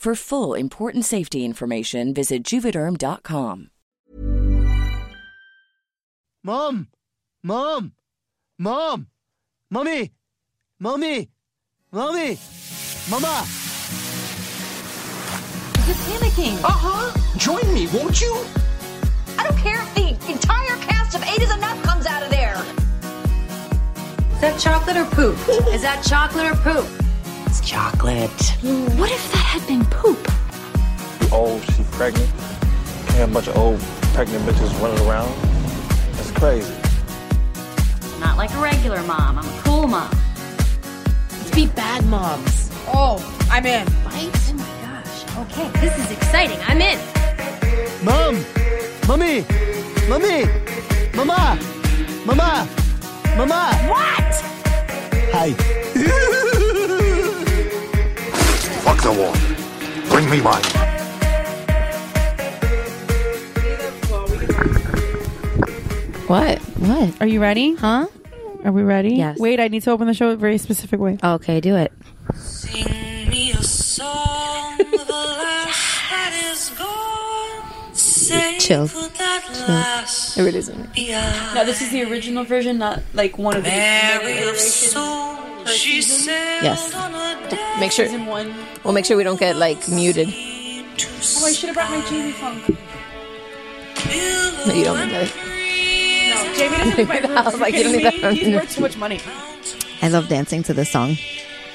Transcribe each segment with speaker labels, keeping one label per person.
Speaker 1: For full important safety information, visit juvederm.com.
Speaker 2: Mom! Mom! Mom! Mommy! Mommy! Mommy! Mama!
Speaker 3: You're panicking.
Speaker 4: Uh huh. Join me, won't you?
Speaker 3: I don't care if the entire cast of Eight is Enough comes out of there. Is that chocolate or poop? Is that chocolate or poop?
Speaker 4: It's chocolate.
Speaker 3: What if that had been poop?
Speaker 5: old, she pregnant. And a bunch of old pregnant bitches running around. That's crazy.
Speaker 3: Not like a regular mom. I'm a cool mom.
Speaker 6: Let's be bad moms.
Speaker 7: Oh, I'm in.
Speaker 6: Right?
Speaker 3: Oh my gosh. Okay, this is exciting. I'm in.
Speaker 2: Mom! Mommy! Mommy! Mama! Mama! Mama!
Speaker 3: What?
Speaker 2: Hi.
Speaker 8: Fuck the war. Bring me mine.
Speaker 6: What? What?
Speaker 9: Are you ready?
Speaker 6: Huh?
Speaker 9: Are we ready?
Speaker 6: Yes.
Speaker 9: Wait, I need to open the show a very specific way.
Speaker 6: Okay, do it.
Speaker 10: Sing me a song, the last that is gone. Say,
Speaker 6: Chill.
Speaker 10: could that last
Speaker 6: It really isn't.
Speaker 10: be I?
Speaker 9: No, Oh, this is the original version, not like one of the
Speaker 10: Mary of soul, she sailed
Speaker 6: Yes.
Speaker 10: on a day
Speaker 6: Make sure.
Speaker 9: season one.
Speaker 6: We'll make sure we don't get like muted.
Speaker 10: to
Speaker 9: Oh, I should have brought my Jamie funk.
Speaker 10: spill
Speaker 6: No, you don't need that.
Speaker 9: No, Jamie doesn't need my
Speaker 6: I was like, you don't need that.
Speaker 9: He's worth too much money.
Speaker 11: I love dancing to this song.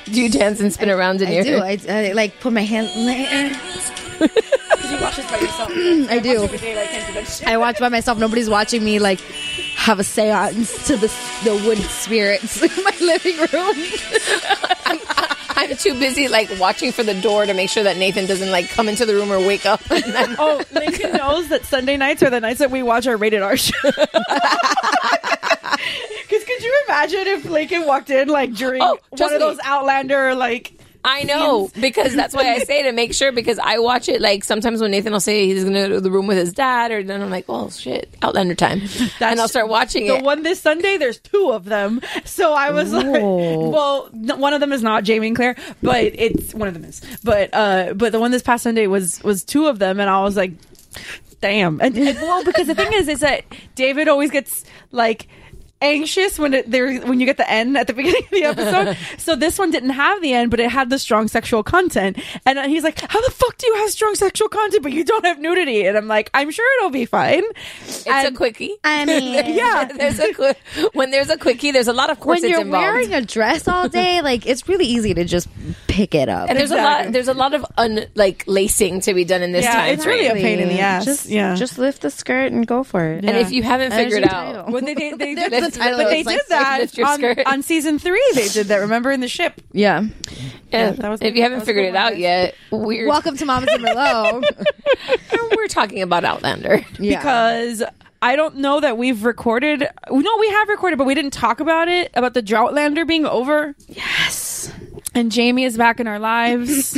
Speaker 6: Do you dance and spin around in
Speaker 11: I
Speaker 6: your?
Speaker 11: do. I, I like put my hand.
Speaker 9: Because you watch this by yourself. I,
Speaker 11: do.
Speaker 9: watch it every day, like, I can't do that shit.
Speaker 11: I watch by myself. Nobody's watching me. Like have a séance to the the wood spirits in my living room.
Speaker 6: I'm, I'm too busy like watching for the door to make sure that Nathan doesn't like come into the room or wake up.
Speaker 9: Oh, Lincoln knows that Sunday nights are the nights that we watch our rated R show. Because could you imagine if Lincoln walked in like during
Speaker 6: Oh,
Speaker 9: one
Speaker 6: trust
Speaker 9: of those
Speaker 6: me.
Speaker 9: Outlander like
Speaker 6: I know because that's why I say to make sure because I watch it like sometimes when Nathan will say he's gonna go to the room with his dad or then I'm like oh shit Outlander time and I'll start watching
Speaker 9: the
Speaker 6: it.
Speaker 9: one this Sunday? There's two of them, so I was like, well, n- one of them is not Jamie and Claire, but it's one of them is, but uh, but the one this past Sunday was was two of them, and I was like, damn, and, and- well, because the thing is, is that David always gets like anxious when it, there when you get the end at the beginning of the episode. so this one didn't have the end, but it had the strong sexual content. And he's like, "How the fuck do you have strong sexual content but you don't have nudity?" And I'm like, "I'm sure it'll be fine."
Speaker 6: it's a quickie.
Speaker 11: I mean,
Speaker 9: Yeah.
Speaker 6: there's a qui- when there's a quickie, there's a lot of corsets
Speaker 11: when you're
Speaker 6: involved.
Speaker 11: wearing a dress all day, like it's really easy to just pick it up.
Speaker 6: and there's a lot there's a lot of un, like lacing to be done in this
Speaker 9: Yeah,
Speaker 6: time.
Speaker 9: it's really a
Speaker 6: frame.
Speaker 9: pain in the ass.
Speaker 11: Just,
Speaker 9: yeah.
Speaker 11: just lift the skirt and go for it.
Speaker 6: and if you haven't
Speaker 11: There's
Speaker 6: figured
Speaker 11: your
Speaker 6: out
Speaker 11: title.
Speaker 9: Well, they, they, they
Speaker 11: There's
Speaker 9: did,
Speaker 11: the title.
Speaker 9: but they
Speaker 11: It's
Speaker 9: did
Speaker 11: like,
Speaker 9: that
Speaker 6: lift your
Speaker 9: on,
Speaker 6: skirt.
Speaker 9: on season three. They did that. Remember in the ship?
Speaker 11: yeah.
Speaker 6: Yeah,
Speaker 9: that was-
Speaker 6: if you haven't
Speaker 9: that was
Speaker 6: figured
Speaker 9: good
Speaker 6: it
Speaker 9: one,
Speaker 6: out
Speaker 9: guys.
Speaker 6: yet, we're
Speaker 11: Welcome to Mamas and Merlot.
Speaker 6: we're talking about Outlander.
Speaker 11: yeah.
Speaker 9: Because I don't know that we've recorded. No, we have recorded, but we didn't talk about it about the Droughtlander being over. Yes. And Jamie is back in our lives.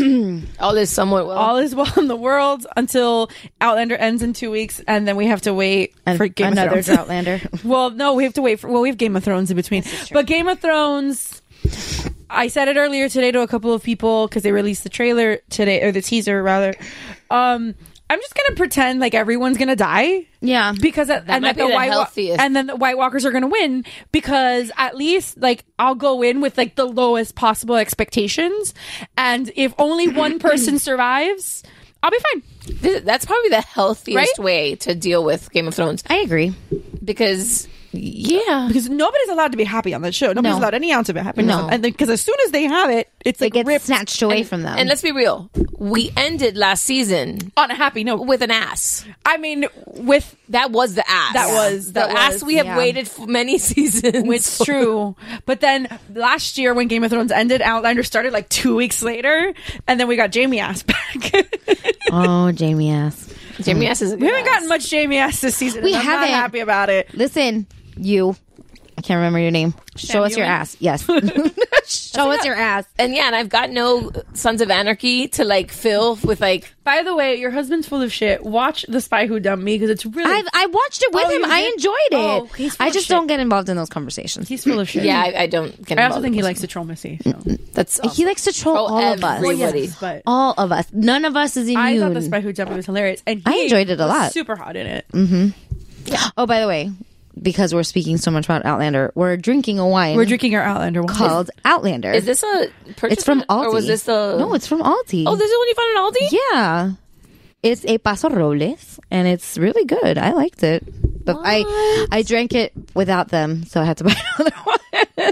Speaker 6: All is somewhat well.
Speaker 9: All is well in the world until Outlander ends in two weeks, and then we have to wait
Speaker 11: And
Speaker 9: for Game
Speaker 11: another
Speaker 9: of Thrones.
Speaker 11: Droughtlander.
Speaker 9: Well, no, we have to wait for. Well, we have Game of Thrones in between, but Game of Thrones. I said it earlier today to a couple of people because they released the trailer today or the teaser rather. Um, I'm just gonna pretend like everyone's gonna die.
Speaker 11: Yeah,
Speaker 9: because that and
Speaker 6: might
Speaker 9: that
Speaker 6: be the
Speaker 9: White Wa-
Speaker 6: healthiest.
Speaker 9: and then the White Walkers are gonna win because at least like I'll go in with like the lowest possible expectations, and if only one person survives, I'll be fine.
Speaker 6: Th- That's probably the healthiest
Speaker 9: Right?
Speaker 6: way to deal with Game of Thrones.
Speaker 11: I agree.
Speaker 6: Because yeah,
Speaker 9: because nobody's allowed to be happy on this show. Nobody's
Speaker 11: No.
Speaker 9: allowed any ounce of it happiness,
Speaker 11: No.
Speaker 9: and because as soon as they have it, it's
Speaker 11: It
Speaker 9: like
Speaker 11: gets
Speaker 9: ripped
Speaker 11: snatched away from them.
Speaker 6: and let's be real, we ended last season
Speaker 9: on a happy note.
Speaker 6: with an ass.
Speaker 9: I mean, with
Speaker 6: That was the ass.
Speaker 9: That was-
Speaker 6: the
Speaker 9: that was,
Speaker 6: ass we have
Speaker 11: yeah.
Speaker 6: waited for many seasons.
Speaker 9: It's true. But then last year when Game of Thrones ended, Outlander started like two weeks later, and then we got Jamie ass back. we
Speaker 11: oh, Jamie ass.
Speaker 6: Jamie ass is a good
Speaker 9: haven't
Speaker 6: ass.
Speaker 9: gotten much Jamie ass this season.
Speaker 11: We
Speaker 9: and I'm not
Speaker 11: haven't.
Speaker 9: happy about it.
Speaker 11: Listen, you. I can't remember your name. Show us your
Speaker 9: Ewan?
Speaker 11: ass. Yes. Show us your ass.
Speaker 6: and yeah, and I've got no Sons of Anarchy to like fill with like
Speaker 9: By the way, your husband's full of shit. Watch The Spy Who Dumped Me because it's really
Speaker 11: I've, I watched it with
Speaker 9: Oh,
Speaker 11: him.
Speaker 9: you
Speaker 11: I
Speaker 9: did?
Speaker 11: enjoyed it.
Speaker 9: Oh, he's full
Speaker 11: I
Speaker 9: of
Speaker 11: just
Speaker 9: shit.
Speaker 11: don't get involved in those conversations.
Speaker 9: he's full of shit.
Speaker 6: yeah, I, I don't get.
Speaker 9: I also
Speaker 6: involved
Speaker 9: think
Speaker 6: with
Speaker 9: he
Speaker 6: this.
Speaker 9: likes to troll Missy. So.
Speaker 6: that's
Speaker 11: He likes to
Speaker 6: Troll
Speaker 11: troll all of us. Oh,
Speaker 6: everybody.
Speaker 9: but
Speaker 11: All of us. None of us is
Speaker 9: I thought
Speaker 11: immune.
Speaker 9: The Spy Who Dumped Me was hilarious, and
Speaker 11: I
Speaker 9: he
Speaker 11: enjoyed it a
Speaker 9: was
Speaker 11: lot.
Speaker 9: Super hot in it.
Speaker 11: oh, by the way, because we're speaking so much about Outlander, we're drinking a wine
Speaker 9: We're drinking our Outlander wine.
Speaker 11: called Outlander.
Speaker 6: Is this a purchase?
Speaker 11: it's from Aldi.
Speaker 6: Or was this the?
Speaker 11: No, it's from Aldi.
Speaker 6: Oh, this is one you found at Aldi.
Speaker 11: Yeah. It's a Paso Robles and it's really good. I liked it. But I I drank it without them, so I had to buy another one.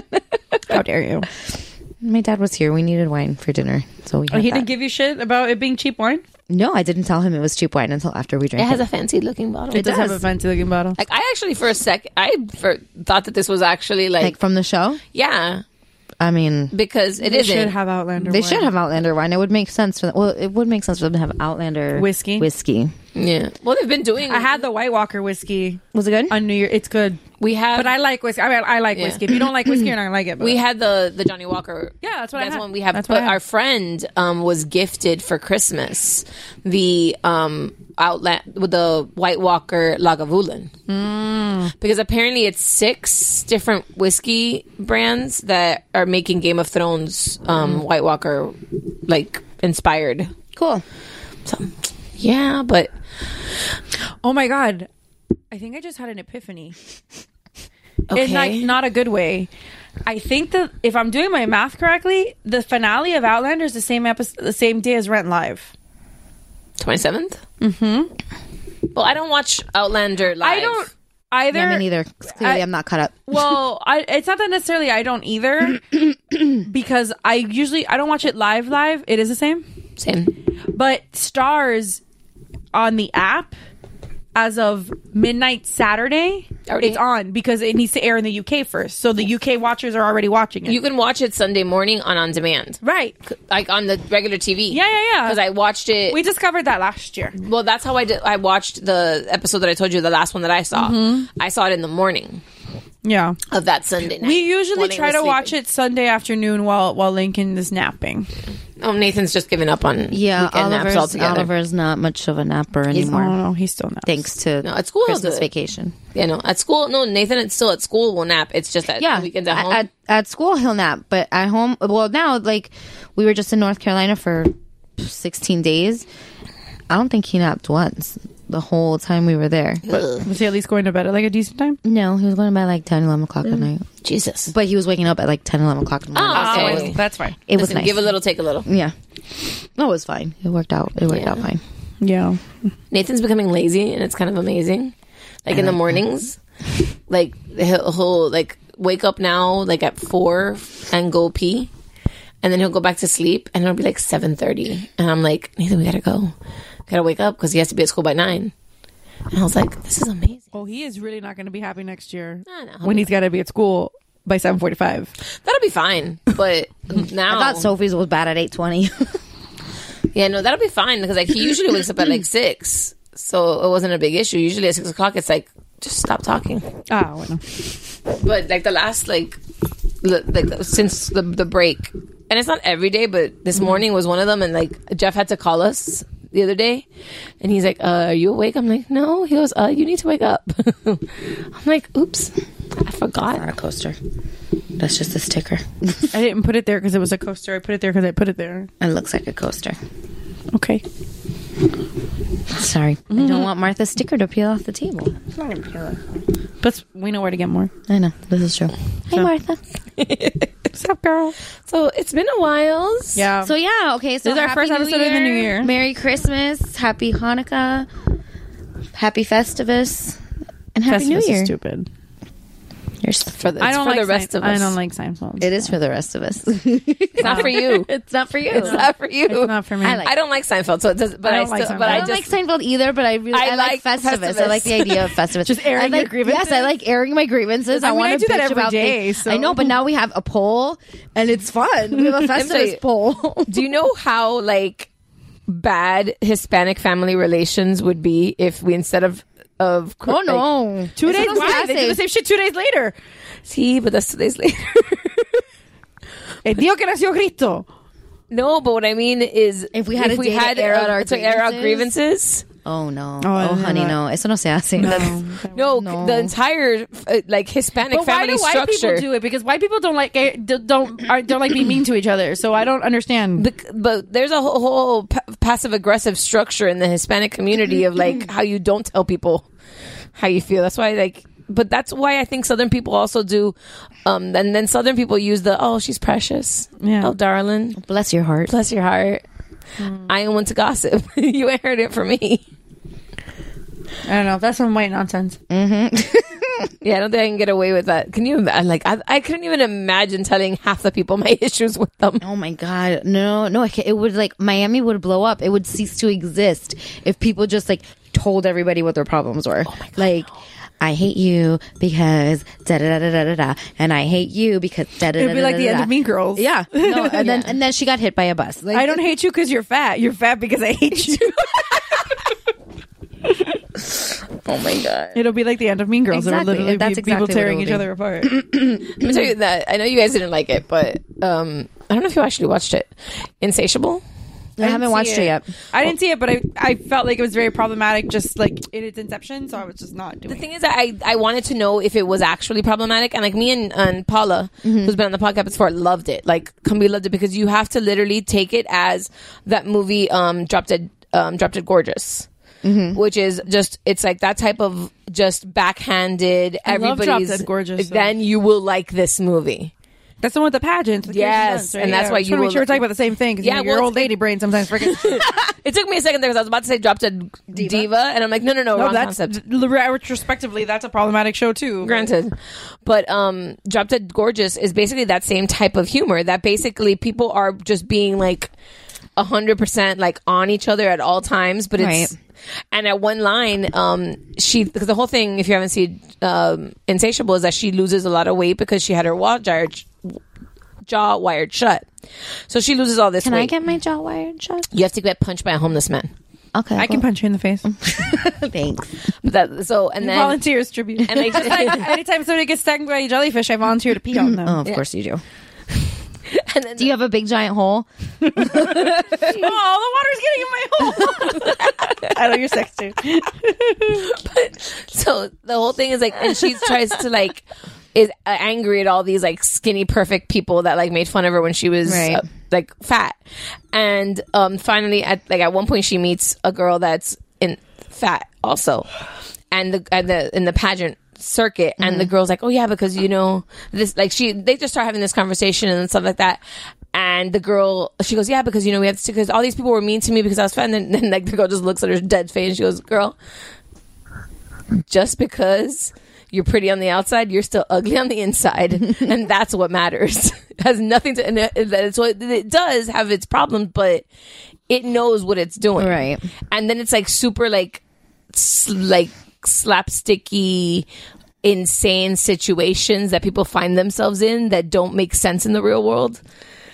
Speaker 9: How dare you?
Speaker 11: My dad was here. We needed wine for dinner. So we
Speaker 9: Oh,
Speaker 11: had
Speaker 9: he
Speaker 11: that.
Speaker 9: didn't give you shit about it being cheap wine.
Speaker 11: No, I didn't tell him it was cheap wine until after we drank
Speaker 6: It
Speaker 11: it.
Speaker 6: has a fancy looking bottle.
Speaker 9: It does have
Speaker 11: does.
Speaker 9: a fancy looking bottle.
Speaker 6: Like I actually for a sec I for, thought that this was actually like,
Speaker 11: like from the show?
Speaker 6: yeah
Speaker 11: I mean,
Speaker 6: because it
Speaker 9: They should
Speaker 6: not
Speaker 9: have Outlander.
Speaker 11: they
Speaker 9: wine.
Speaker 11: should have Outlander wine. It would make sense for them. Well, it would make sense for them to have Outlander
Speaker 9: Whiskey?
Speaker 11: Whiskey.
Speaker 6: yeah. Well, they've been doing.
Speaker 9: I had the White Walker whiskey
Speaker 11: Was it good?
Speaker 9: on New Year. It's good,
Speaker 6: we have
Speaker 9: but I like whiskey. I mean, I like
Speaker 6: Yeah.
Speaker 9: whiskey. If you don't like whiskey, you're not gonna like it. But
Speaker 6: we had the the Johnny Walker.
Speaker 9: Yeah, that's what I
Speaker 6: That's
Speaker 9: had.
Speaker 6: one we have.
Speaker 9: That's what
Speaker 6: but
Speaker 9: I had.
Speaker 6: our friend um, was gifted for Christmas the um outlet with the White Walker Lagavulin
Speaker 9: Mm.
Speaker 6: because apparently it's six different whiskey brands that are making Game of Thrones
Speaker 9: Mm.
Speaker 6: um, White Walker like inspired.
Speaker 11: Cool.
Speaker 6: So, yeah, but
Speaker 9: oh my god, I think I just had an epiphany.
Speaker 6: okay.
Speaker 9: In like not a good way. I think that if I'm doing my math correctly, the finale of Outlander is the same episode, the same day as Rent Live.
Speaker 6: 27th? Mm-hmm. Well, I don't watch Outlander live.
Speaker 9: I don't either.
Speaker 11: Yeah, me neither. 'cause Clearly, I,
Speaker 9: I-
Speaker 11: am not caught up.
Speaker 9: well I, it's not that necessarily i don't either because i usually i don't watch it live live it is the same
Speaker 6: Same.
Speaker 9: but stars on the app as of midnight saturday
Speaker 6: Already-
Speaker 9: it's on because it needs to air in the uk first so the uk watchers are already watching it
Speaker 6: You can watch it Sunday morning on On Demand.
Speaker 9: right
Speaker 6: Like on the regular TV.
Speaker 9: Yeah, yeah, yeah.
Speaker 6: Because I watched it.
Speaker 9: we discovered that last year
Speaker 6: well, that's how I did. I watched the episode that I told you, the last one that I saw. I saw it in the morning
Speaker 9: yeah
Speaker 6: of that Sunday night.
Speaker 9: Mm-hmm. we usually
Speaker 6: when I
Speaker 9: try
Speaker 6: was
Speaker 9: to watch
Speaker 6: sleeping.
Speaker 9: it sunday afternoon while while lincoln is napping
Speaker 6: Oh, Nathan's just giving up on
Speaker 11: Yeah,
Speaker 6: weekend naps
Speaker 11: Oliver's,
Speaker 6: altogether.
Speaker 11: Oliver's not much of a napper
Speaker 9: oh
Speaker 11: anymore.
Speaker 9: no he's still not
Speaker 11: Thanks to
Speaker 6: No, at school he'll do
Speaker 11: Christmas
Speaker 6: it.
Speaker 11: vacation.
Speaker 6: You know, at school, no, Nathan, it's still at school, will nap. It's just that
Speaker 11: yeah
Speaker 6: weekends at
Speaker 11: a-
Speaker 6: home.
Speaker 11: At, at school he'll nap but at home well now like we were just in north carolina for 16 days i don't think he napped once the whole time we were there
Speaker 9: was he at least going to bed at like a decent time
Speaker 11: no he was going to bed like 10 11 o'clock at night
Speaker 6: Jesus.
Speaker 11: but he was waking up at like 10 11 o'clock in the morning
Speaker 6: Oh,
Speaker 11: so it
Speaker 6: okay.
Speaker 11: was,
Speaker 9: that's fine
Speaker 11: it was
Speaker 6: Listen,
Speaker 11: nice
Speaker 6: Give a little, take a little.
Speaker 11: yeah no it was fine it worked out it worked out fine
Speaker 9: yeah
Speaker 6: Nathan's becoming lazy, and it's kind of amazing. Like in
Speaker 11: Uh-huh.
Speaker 6: the mornings, like he'll, he'll like wake up now, like at four, and go pee, and then he'll go back to sleep, and it'll be like seven thirty, and I'm like, Nathan, we gotta go, gotta wake up because he has to be at school by nine. And I was like, this is amazing.
Speaker 9: Oh, he is really not going to be happy next year
Speaker 6: I know.
Speaker 9: when he's got to be at school by seven forty-five.
Speaker 6: That'll be fine. But now,
Speaker 11: i thought sophie's was bad at 820
Speaker 6: yeah, no, that'll be fine because like he usually wakes up at like six, so it wasn't a big issue. Usually at six o'clock, it's like just stop talking.
Speaker 9: Ah, bueno.
Speaker 6: but like the last like l- like since the the break and it's not every day but this morning was one of them and like jeff had to call us the other day and he's like uh, are you awake i'm like no he goes uh, you need to wake up i'm like oops i forgot
Speaker 11: coaster that's just a sticker
Speaker 9: I didn't put it there because it was a coaster. I put it there because I put it there.
Speaker 11: it looks like a coaster
Speaker 9: Okay.
Speaker 11: Sorry, I don't want Martha's sticker to peel off the table.
Speaker 9: It's not gonna be killer. But we know where to get more.
Speaker 11: I know this is true. Hey, Martha.
Speaker 9: What's up, girl?
Speaker 6: So it's been a while.
Speaker 9: Yeah.
Speaker 11: So yeah, okay. So
Speaker 9: This is our
Speaker 11: happy
Speaker 9: first
Speaker 11: New
Speaker 9: episode of the new year.
Speaker 11: Merry Christmas, Happy Hanukkah, Happy Festivus, and Happy
Speaker 9: Festivus
Speaker 11: New
Speaker 9: is
Speaker 11: Year.
Speaker 9: stupid.
Speaker 11: You're stupid.
Speaker 6: For the,
Speaker 9: I don't
Speaker 6: for
Speaker 9: like
Speaker 6: the rest
Speaker 9: Sein-
Speaker 6: of us.
Speaker 9: I don't like Seinfeld.
Speaker 11: It is for the rest of us.
Speaker 6: It's not for you.
Speaker 11: it's not for you.
Speaker 6: It's not for you.
Speaker 9: It's not for me.
Speaker 11: I
Speaker 9: I,
Speaker 11: like.
Speaker 6: I don't like Seinfeld, so it does. But
Speaker 9: I
Speaker 6: I,
Speaker 9: don't like
Speaker 6: still,
Speaker 9: Seinfeld.
Speaker 6: but
Speaker 11: I
Speaker 6: I
Speaker 11: don't
Speaker 6: just
Speaker 11: like Seinfeld either, but I really
Speaker 6: I
Speaker 11: I, like
Speaker 6: like
Speaker 11: Festivus.
Speaker 6: Festivus.
Speaker 11: I like the idea of Festivus.
Speaker 9: Just airing
Speaker 11: I
Speaker 9: your
Speaker 11: like,
Speaker 9: grievances?
Speaker 11: Yes, I like airing my grievances.
Speaker 9: I
Speaker 11: I,
Speaker 9: mean,
Speaker 11: want
Speaker 9: I
Speaker 11: to
Speaker 9: do that
Speaker 11: bitch
Speaker 9: every
Speaker 11: about
Speaker 9: day,
Speaker 11: things.
Speaker 9: so-
Speaker 11: I know, but now we have a poll, and it's fun. We have a
Speaker 6: I'm sorry.
Speaker 11: Festivus poll.
Speaker 6: Do you know how like bad Hispanic family relations would be if we instead of of
Speaker 11: oh no!
Speaker 9: two days.
Speaker 11: It's
Speaker 9: Why? They do the
Speaker 11: classic.
Speaker 9: same shit two days later.
Speaker 6: see, but that's two days later.
Speaker 9: El día que nació Cristo.
Speaker 6: no, but what I mean is
Speaker 11: If we had a day to air out our
Speaker 6: to air out grievances.
Speaker 11: Oh no!
Speaker 9: Oh, I
Speaker 11: Oh,
Speaker 9: didn't
Speaker 11: honey, no!
Speaker 9: know that.
Speaker 11: Eso no se hace.
Speaker 6: No,
Speaker 11: No.
Speaker 6: the entire uh, like Hispanic
Speaker 9: But why
Speaker 6: family
Speaker 9: do white
Speaker 6: structure.
Speaker 9: people do it? Because white people don't like don't are, don't like being mean to each other. So I don't understand.
Speaker 6: Bec- but there's a whole, whole pa- passive aggressive structure in the Hispanic community of like how you don't tell people how you feel. That's why like, but that's why I think Southern people also do. Um, and then Southern people use the oh she's precious,
Speaker 9: Yeah.
Speaker 6: oh darling,
Speaker 11: Bless your heart.
Speaker 6: bless your heart. I am one to gossip. you ain't heard it from me.
Speaker 9: I don't know. That's some white nonsense.
Speaker 6: Yeah, I don't think I can get away with that. Can you? ima- Like, I, I couldn't even imagine telling half the people my issues with them.
Speaker 11: Oh my God! No, no! I can't- It would like Miami would blow up. It would cease to exist if people just like told everybody what their problems
Speaker 9: Oh
Speaker 11: were. like, I hate you because da da da da da da, and I hate you because da da da da.
Speaker 9: It'd be like the end of Mean Girls.
Speaker 11: Yeah. No, and then and then she got hit by a bus. Like,
Speaker 9: I don't hate you because you're fat. You're fat because I hate you.
Speaker 6: Oh my god.
Speaker 9: It'll be like the end of Mean Girls. It'll
Speaker 11: Exactly.
Speaker 9: literally
Speaker 11: That's
Speaker 9: be
Speaker 11: exactly
Speaker 9: people
Speaker 11: what it
Speaker 9: tearing
Speaker 11: will
Speaker 9: each
Speaker 11: be.
Speaker 9: other apart.
Speaker 6: Let me tell you that I know you guys didn't like it, but um, I don't know if you actually watched it. Insatiable.
Speaker 11: I haven't watched it, yet.
Speaker 9: I didn't see it, but I, I felt like it was very problematic just like in its inception, so I was just not doing
Speaker 6: The thing is, that I I wanted to know if it was actually problematic, and like me and, and Paula, who's been on the podcast before, loved it. Like Kambi loved it because you have to literally take it as that movie, um, Drop Dead, um, Drop Dead Gorgeous. Which is just it's like that type of just backhanded
Speaker 9: I love
Speaker 6: everybody's
Speaker 9: Drop Dead Gorgeous, though.
Speaker 6: Then you will like this movie.
Speaker 9: it. That's the one with the pageants. with Kirsten
Speaker 6: Yes,
Speaker 9: Dunst,
Speaker 6: and that's
Speaker 9: Yeah,
Speaker 6: why
Speaker 9: I just
Speaker 6: you
Speaker 9: wanna
Speaker 6: will-
Speaker 9: make sure we're talking about the same thing. 'cause, you
Speaker 6: Yeah,
Speaker 9: know, your
Speaker 6: well,
Speaker 9: old lady brain sometimes freaking.
Speaker 6: It took me a second there because I was about to say Drop Dead Diva, and I'm like, no, no, no,
Speaker 9: no,
Speaker 6: wrong
Speaker 9: that's
Speaker 6: concept.
Speaker 9: l- retrospectively that's a problematic show too. but-
Speaker 6: granted but um drop dead gorgeous is basically that same type of humor that basically people are just being like 100% like on each other at all times but it's
Speaker 11: Right.
Speaker 6: and at one line um she because the whole thing if you haven't seen um insatiable is that she loses a lot of weight because she had her wall jar jaw wired shut so she loses all this
Speaker 11: Can
Speaker 6: weight
Speaker 11: I get my jaw wired shut?
Speaker 6: you have to get punched by a homeless man
Speaker 11: Okay,
Speaker 9: I can
Speaker 11: cool.
Speaker 9: punch you in the face.
Speaker 11: Thanks.
Speaker 6: but that so and then
Speaker 9: Volunteers tribute.
Speaker 6: and
Speaker 9: Just
Speaker 6: like,
Speaker 9: like anytime somebody gets stung by a jellyfish, I volunteer to pee on them.
Speaker 11: Oh, of course you do.
Speaker 6: and then
Speaker 11: Do you have a big giant hole?
Speaker 9: Oh, the water's getting in my hole. I know you're sex too.
Speaker 6: so the whole thing is like and she tries to like is uh, angry at all these like skinny perfect people that like made fun of her when she was
Speaker 11: Right.
Speaker 6: uh, like fat and um finally at like at one point she meets a girl that's in fat also and the and the in the pageant circuit and the girl's like oh yeah because you know this like she they just start having this conversation and stuff like that and the girl she goes yeah because you know we have to because all these people were mean to me because i was fat and then, then like the girl just looks at her dead face and she goes girl just because you're pretty on the outside, you're still ugly on the inside, and that's what matters. It has nothing to. And it- that it's what it does have its problems, but it knows what it's doing,
Speaker 11: Right.
Speaker 6: And then it's like super like s- like slapsticky insane situations that people find themselves in that don't make sense in the real world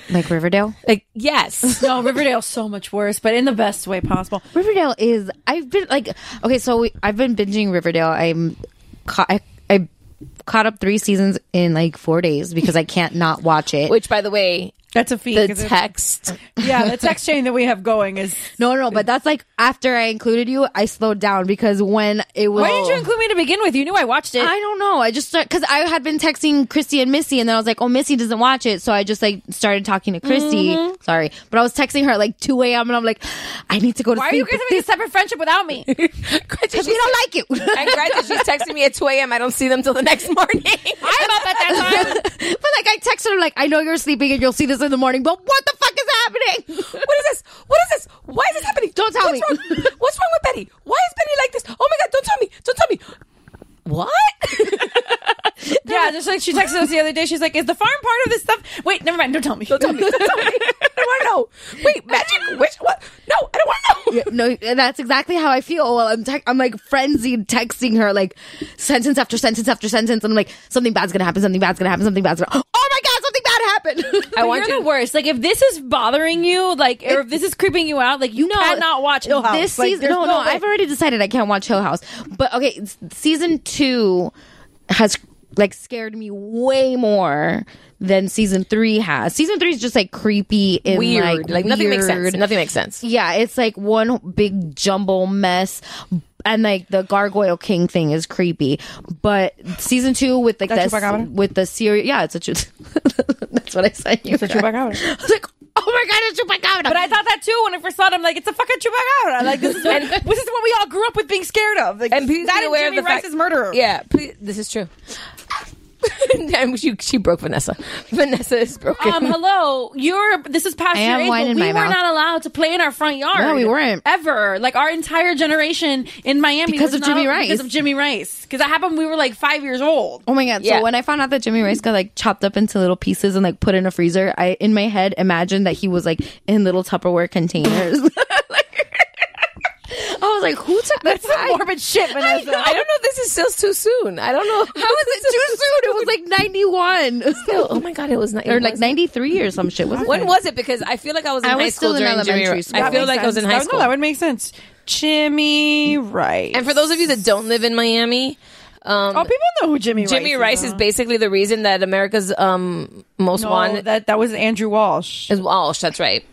Speaker 11: Like Riverdale.
Speaker 6: like yes
Speaker 9: No, Riverdale's so much worse, but in the best way possible.
Speaker 11: Riverdale is. I've been like, okay, so we, I've been binging Riverdale. I'm, ca- I, I caught up three seasons in like four days because I can't not watch it.
Speaker 6: Which, by the way,
Speaker 7: that's a feat.
Speaker 6: The text,
Speaker 7: yeah, the text chain that we have going is
Speaker 11: no, no. But that's like after I included you, I slowed down because when it was,
Speaker 9: Why didn't you include me to begin with? You knew I watched it.
Speaker 11: I don't know. I just because I had been texting Christy and Missy, and then I was like, oh, Missy doesn't watch it, so I just like started talking to Christy.
Speaker 9: Mhm.
Speaker 11: Sorry, but I was texting her at like two a.m. and I'm like, I need to go to
Speaker 9: Why are you
Speaker 11: sleep.
Speaker 9: guys having a separate friendship without me? Because
Speaker 11: we don't like you.
Speaker 6: and granted, she's texting me at 2 a.m. I don't see them till the next morning.
Speaker 9: I'm up at that time.
Speaker 11: but like I texted her like, I know you're sleeping and you'll see this in the morning, but what the fuck is happening? What is
Speaker 6: this? What is this? Why is this happening?
Speaker 11: Don't tell me.
Speaker 6: What's wrong? What's wrong with Betty? Why is Betty like this? Oh my god! Don't tell me. Don't tell me. What?
Speaker 9: yeah, just like she texted us the other day. She's like, "Is the farm part of this stuff?" Wait, never mind. Don't tell me. Don't tell me. Don't tell me.
Speaker 6: I don't want to know. Wait, magic? Which what? No, I don't want to know.
Speaker 11: Yeah, no, that's exactly how I feel. Well, I'm tec- I'm like frenzied texting her like sentence after sentence after sentence, and I'm like something bad's gonna happen, something bad's gonna happen, something bad's gonna. Oh my god, something bad happened.
Speaker 9: I want you're the worst. Like if this is bothering you, like or if this is creeping you out, like you cannot watch Hill House.
Speaker 11: This
Speaker 9: Like,
Speaker 11: season,
Speaker 9: there's
Speaker 11: no, no,
Speaker 9: way.
Speaker 11: I've already decided I can't watch Hill House. But okay, s- season two has like scared me way more than season three has. Season three is just like creepy and
Speaker 6: Weird. Like, nothing makes sense.
Speaker 11: weird.
Speaker 6: Nothing makes sense.
Speaker 11: Yeah, it's like one big jumble mess. And like the Gargoyle King thing is creepy, but season two with like
Speaker 7: That
Speaker 11: this
Speaker 7: Chupacabra?
Speaker 11: with the series, yeah, it's a truth. That's what I said. You
Speaker 7: It's a chupacabra.
Speaker 11: Oh my god, it's chupacabra!
Speaker 9: But I thought that too when I first saw it. I'm like, it's a fucking chupacabra. Like this is what, this is what we all grew up with being scared of. Like,
Speaker 6: And please
Speaker 9: that
Speaker 6: be
Speaker 9: and
Speaker 6: aware
Speaker 9: Jimmy
Speaker 6: of the fact
Speaker 9: Rice's murderer.
Speaker 6: Yeah, please, this is true. and she, she broke Vanessa. Vanessa is broken.
Speaker 9: Um, hello. You're. This is past
Speaker 11: I
Speaker 9: your
Speaker 11: am
Speaker 9: age.
Speaker 11: wine
Speaker 9: But
Speaker 11: in
Speaker 9: we
Speaker 11: my
Speaker 9: were
Speaker 11: mouth.
Speaker 9: not allowed to play in our front yard.
Speaker 11: No, we weren't.
Speaker 9: ever. Like our entire generation in Miami
Speaker 11: Because
Speaker 9: was
Speaker 11: of Jimmy
Speaker 9: not-
Speaker 11: Rice.
Speaker 9: Because of Jimmy Rice. Because that happened. when We were like five years old.
Speaker 11: Oh my god!
Speaker 9: Yeah.
Speaker 11: So when I found out that Jimmy Rice got like chopped up into little pieces and like put in a freezer, I in my head imagined that he was like in little Tupperware containers. I was like, who took that?
Speaker 6: some
Speaker 9: morbid shit,
Speaker 6: I, know. I don't know. if This is still too soon. I don't know.
Speaker 11: How is it too soon? It was like ninety one.
Speaker 6: Still, oh my god, it was not,
Speaker 11: or like ninety three or some shit. Wasn't
Speaker 6: When
Speaker 11: it?
Speaker 6: was it? Because I feel like I was in
Speaker 11: I
Speaker 6: high
Speaker 11: was
Speaker 6: school
Speaker 11: still in
Speaker 6: during Jimmy
Speaker 11: elementary
Speaker 6: Rice.
Speaker 11: school.
Speaker 6: I feel like I was in high
Speaker 7: That-
Speaker 6: school.
Speaker 7: No, that would make sense. Jimmy Rice.
Speaker 6: And for those of you that don't live in Miami, um,
Speaker 7: oh, people know who Jimmy,
Speaker 6: Jimmy
Speaker 7: Rice.
Speaker 6: Rice is basically the reason that America's um, most
Speaker 7: No,
Speaker 6: wanted
Speaker 7: that that was Andrew Walsh.
Speaker 6: is Walsh. That's right.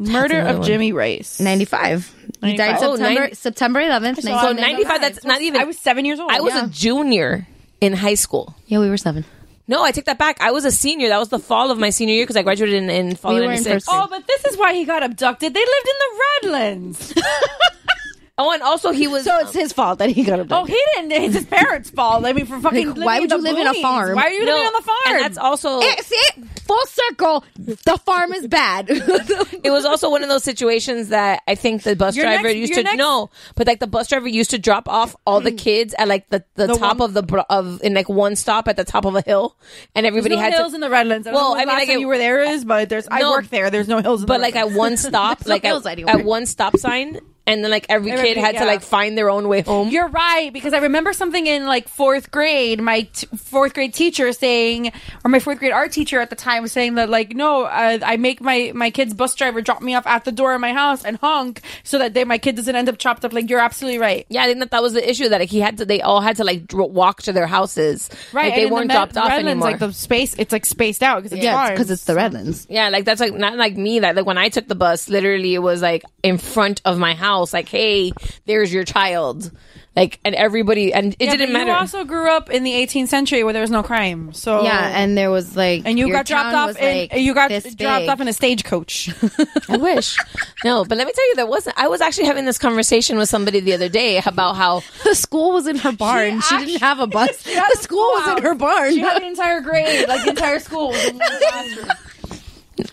Speaker 7: Murder
Speaker 6: another
Speaker 7: of
Speaker 6: one.
Speaker 7: Jimmy Rice.
Speaker 11: ninety five? He
Speaker 6: 95.
Speaker 11: died
Speaker 6: Oh,
Speaker 11: September
Speaker 6: 90
Speaker 11: September eleventh.
Speaker 6: So, 95. That's not even.
Speaker 9: I was seven years old.
Speaker 6: I was a junior in high school.
Speaker 11: Yeah, we were seven.
Speaker 6: No, I take that back. I was a senior. That was the fall of my senior year because I graduated in, in fall
Speaker 11: We
Speaker 6: of
Speaker 11: were in
Speaker 6: 96.
Speaker 11: first grade.
Speaker 6: Oh,
Speaker 9: Oh, but this is why he got abducted. They lived in the Redlands.
Speaker 6: oh, and also he was.
Speaker 11: So it's his fault that he got
Speaker 9: Oh,
Speaker 11: abducted.
Speaker 9: he didn't. It's his parents' fault. I mean, for fucking.
Speaker 11: Like,
Speaker 9: living
Speaker 11: why
Speaker 9: in
Speaker 11: would
Speaker 9: the
Speaker 11: you live in a
Speaker 9: boonies?
Speaker 11: farm?
Speaker 9: Why are you
Speaker 6: No,
Speaker 9: living on the farm?
Speaker 6: And that's also.
Speaker 11: It- see it? Full circle. The farm is bad.
Speaker 6: it was also one of those situations that I think the bus
Speaker 9: Your
Speaker 6: driver
Speaker 9: next-
Speaker 6: used
Speaker 9: your
Speaker 6: to
Speaker 9: next- Mm.
Speaker 6: no, but like the bus driver used to drop off all the kids at like the, the, top of the bro- of in like one stop at the top of a hill, and everybody
Speaker 9: There's no
Speaker 6: had
Speaker 9: hills
Speaker 6: to.
Speaker 9: in the Redlands. I don't
Speaker 6: Well,
Speaker 9: know
Speaker 6: I mean,
Speaker 9: when last
Speaker 6: like,
Speaker 9: time
Speaker 6: it-
Speaker 9: you were there is, but there's. I
Speaker 6: No.
Speaker 9: work there. There's no hills. In
Speaker 6: but
Speaker 9: the
Speaker 6: like at
Speaker 9: Redlands.
Speaker 6: one stop,
Speaker 11: no
Speaker 6: like at,
Speaker 11: hills anywhere.
Speaker 6: at one stop sign, and then like every
Speaker 9: Everybody-
Speaker 6: kid had
Speaker 9: yeah.
Speaker 6: to like find their own way home.
Speaker 9: You're right because I remember something in like fourth grade. My t- fourth grade teacher saying, or my fourth grade art teacher at the time was saying that like, no, uh, I, I make my my kid's bus driver drop me off at the door of my house and honk so that they my kid doesn't end up chopped up. Like you're absolutely right.
Speaker 6: yeah, I think that that was the issue that like, he had to. They all had to like dr- walk to their houses.
Speaker 9: Right,
Speaker 6: like, they
Speaker 9: and in the
Speaker 6: weren't
Speaker 9: Med-
Speaker 6: dropped off
Speaker 9: Redlands,
Speaker 6: anymore.
Speaker 9: Like the space, it's like spaced out because it's
Speaker 11: yeah,
Speaker 9: farms.
Speaker 11: because it's the Redlands.
Speaker 6: Yeah, like that's like not like me that like when I took the bus, literally it was like in front of my house, like, hey, there's your child. Like and everybody and it
Speaker 9: Yeah,
Speaker 6: didn't
Speaker 9: but
Speaker 6: matter.
Speaker 9: You also grew up in the 18th century where there was no crime. So
Speaker 11: Yeah, and there was like,
Speaker 9: Oh. and you
Speaker 11: your
Speaker 9: got dropped
Speaker 11: town
Speaker 9: off
Speaker 11: was,
Speaker 9: in
Speaker 11: like,
Speaker 9: you got
Speaker 11: this
Speaker 9: dropped
Speaker 11: big.
Speaker 9: off in a stagecoach.
Speaker 6: I wish. No, but let me tell you there wasn't I was actually having this conversation with somebody the other day about how
Speaker 11: The school was in her barn. She,
Speaker 9: actually-
Speaker 11: didn't have a bus. the school was in her barn.
Speaker 9: she had an entire grade, like the entire school was in one classroom.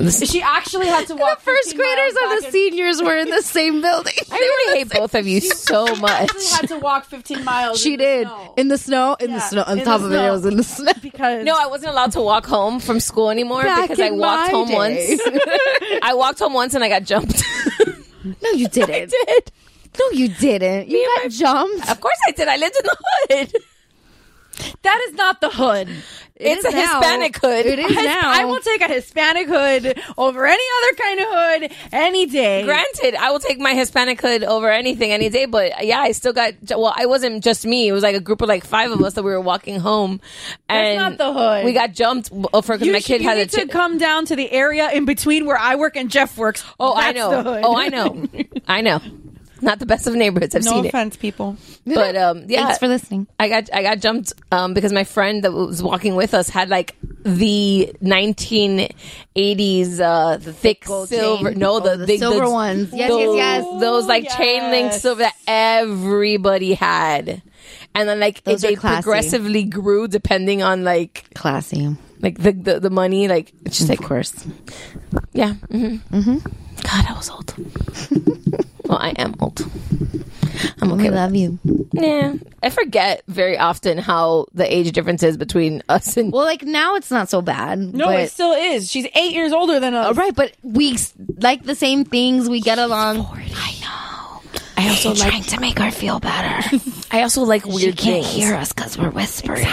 Speaker 9: She actually had to
Speaker 11: the
Speaker 9: walk.
Speaker 11: first
Speaker 9: 15
Speaker 11: graders and
Speaker 9: miles back
Speaker 11: the
Speaker 9: and-
Speaker 11: seniors were in the same building.
Speaker 6: I really hate both of you so much.
Speaker 9: Actually had to walk 15 miles.
Speaker 11: She
Speaker 9: in the
Speaker 11: did
Speaker 9: snow.
Speaker 11: in the snow, in the
Speaker 9: Yeah,
Speaker 11: snow. On
Speaker 9: in
Speaker 11: top
Speaker 9: the
Speaker 11: of it, it
Speaker 9: snow.
Speaker 11: was in the snow.
Speaker 9: because
Speaker 6: No, I wasn't allowed to walk home from school anymore
Speaker 11: Back
Speaker 6: because I
Speaker 11: in
Speaker 6: walked
Speaker 11: my
Speaker 6: home
Speaker 11: day.
Speaker 6: once. I walked home once and I got jumped.
Speaker 11: No, you didn't.
Speaker 6: did.
Speaker 11: No, you didn't. You
Speaker 6: Me and
Speaker 11: got
Speaker 6: my-
Speaker 11: jumped.
Speaker 6: Of course I did. I lived in the hood.
Speaker 7: That is not the hood.
Speaker 6: It's
Speaker 7: is
Speaker 6: a Hispanic hood.
Speaker 7: It is
Speaker 6: His-
Speaker 7: now. I will take a Hispanic hood over any other kind of hood any day.
Speaker 6: Granted, I will take my Hispanic hood over anything any day, but yeah, I still got. Well, I wasn't just me. It was like a group of like five of us that we were walking home, and
Speaker 7: not the hood.
Speaker 6: We got jumped uh, for because
Speaker 7: You
Speaker 6: my
Speaker 7: should-
Speaker 6: kid
Speaker 7: you
Speaker 6: had a
Speaker 7: need to
Speaker 6: chi-
Speaker 7: come down to the area in between where I work and Jeff works.
Speaker 6: Oh, I
Speaker 7: That's the
Speaker 6: know.
Speaker 7: hood.
Speaker 6: Oh, I know. I know. Not the best of neighborhoods. I've
Speaker 7: no
Speaker 6: seen it.
Speaker 7: offense, people.
Speaker 6: But um, yeah,
Speaker 11: Thanks for listening.
Speaker 6: I got I got jumped um, because my friend that was walking with us had like the 1980s uh, the thick
Speaker 11: gold
Speaker 6: silver
Speaker 11: chain.
Speaker 6: no the,
Speaker 11: Oh, the
Speaker 6: big-
Speaker 11: silver ones. Yes, yes,
Speaker 6: those-
Speaker 11: yes.
Speaker 6: those like chain link silver that everybody had, and then like it,
Speaker 11: Those are
Speaker 6: they
Speaker 11: classy.
Speaker 6: progressively grew depending on like
Speaker 11: Classy.
Speaker 6: like the the, the money like it's just
Speaker 11: Of
Speaker 6: like
Speaker 11: course.
Speaker 6: yeah hmm
Speaker 11: Mm-hmm.
Speaker 6: God I was old. well, I am old. I'm okay.
Speaker 11: We
Speaker 6: with that.
Speaker 11: love you.
Speaker 6: Yeah, I forget very often how the age difference is between us and.
Speaker 11: Well, like now it's not so bad.
Speaker 7: No,
Speaker 11: but,
Speaker 7: it still is. She's eight years older than us.
Speaker 11: right, but we s- like the same things. We get along.
Speaker 6: I also like
Speaker 11: trying to make her feel better.
Speaker 6: I also like weird
Speaker 11: she can't
Speaker 6: things.
Speaker 11: hear us because we're whispering.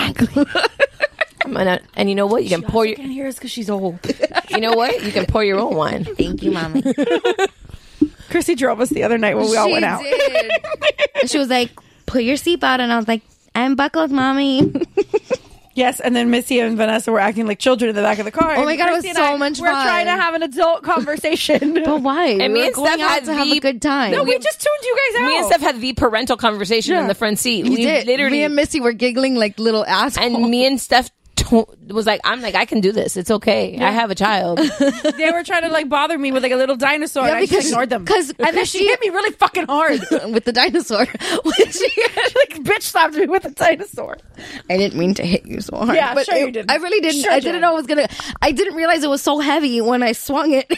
Speaker 6: I'm gonna- and you know what? You can pour your.
Speaker 7: can hear us because she's old.
Speaker 6: You know what? You can pour your own wine.
Speaker 11: Thank you, mommy.
Speaker 7: Chrissy drove us the other night when we all
Speaker 11: She
Speaker 7: went out.
Speaker 11: did. And she was like, "Put your seatbelt," and I was like, "I'm buckled, mommy."
Speaker 7: Yes, and then Missy and Vanessa were acting like children in the back of the car.
Speaker 11: Oh my God, it was
Speaker 7: Chrissy and
Speaker 11: so
Speaker 7: I
Speaker 11: much
Speaker 7: We're
Speaker 11: fun.
Speaker 7: trying to have an adult conversation.
Speaker 11: but why?
Speaker 6: And me
Speaker 11: we were
Speaker 6: and
Speaker 11: going
Speaker 6: Steph
Speaker 11: out
Speaker 6: had
Speaker 11: to have
Speaker 6: the-
Speaker 11: a good time.
Speaker 7: no, we just tuned you guys out.
Speaker 6: Me and Steph had the parental conversation in the front seat.
Speaker 11: You
Speaker 6: we
Speaker 11: did.
Speaker 6: literally
Speaker 11: Me and Missy were giggling like little assholes.
Speaker 6: and me and Steph to- was like, I'm like, I can do this. It's okay. I have a child.
Speaker 7: they were trying to like bother me with like a little dinosaur. and I just ignored them
Speaker 11: Because and then
Speaker 7: she, hit me really fucking hard.
Speaker 11: with the dinosaur. When she-
Speaker 7: like bitch slapped me with a dinosaur.
Speaker 11: I didn't mean to hit you so hard.
Speaker 7: Yeah,
Speaker 11: but
Speaker 7: sure you
Speaker 11: it-
Speaker 7: didn't.
Speaker 11: I really didn't.
Speaker 7: Sure
Speaker 11: I
Speaker 7: did.
Speaker 11: didn't know I was gonna. I didn't realize it was so heavy when I swung it.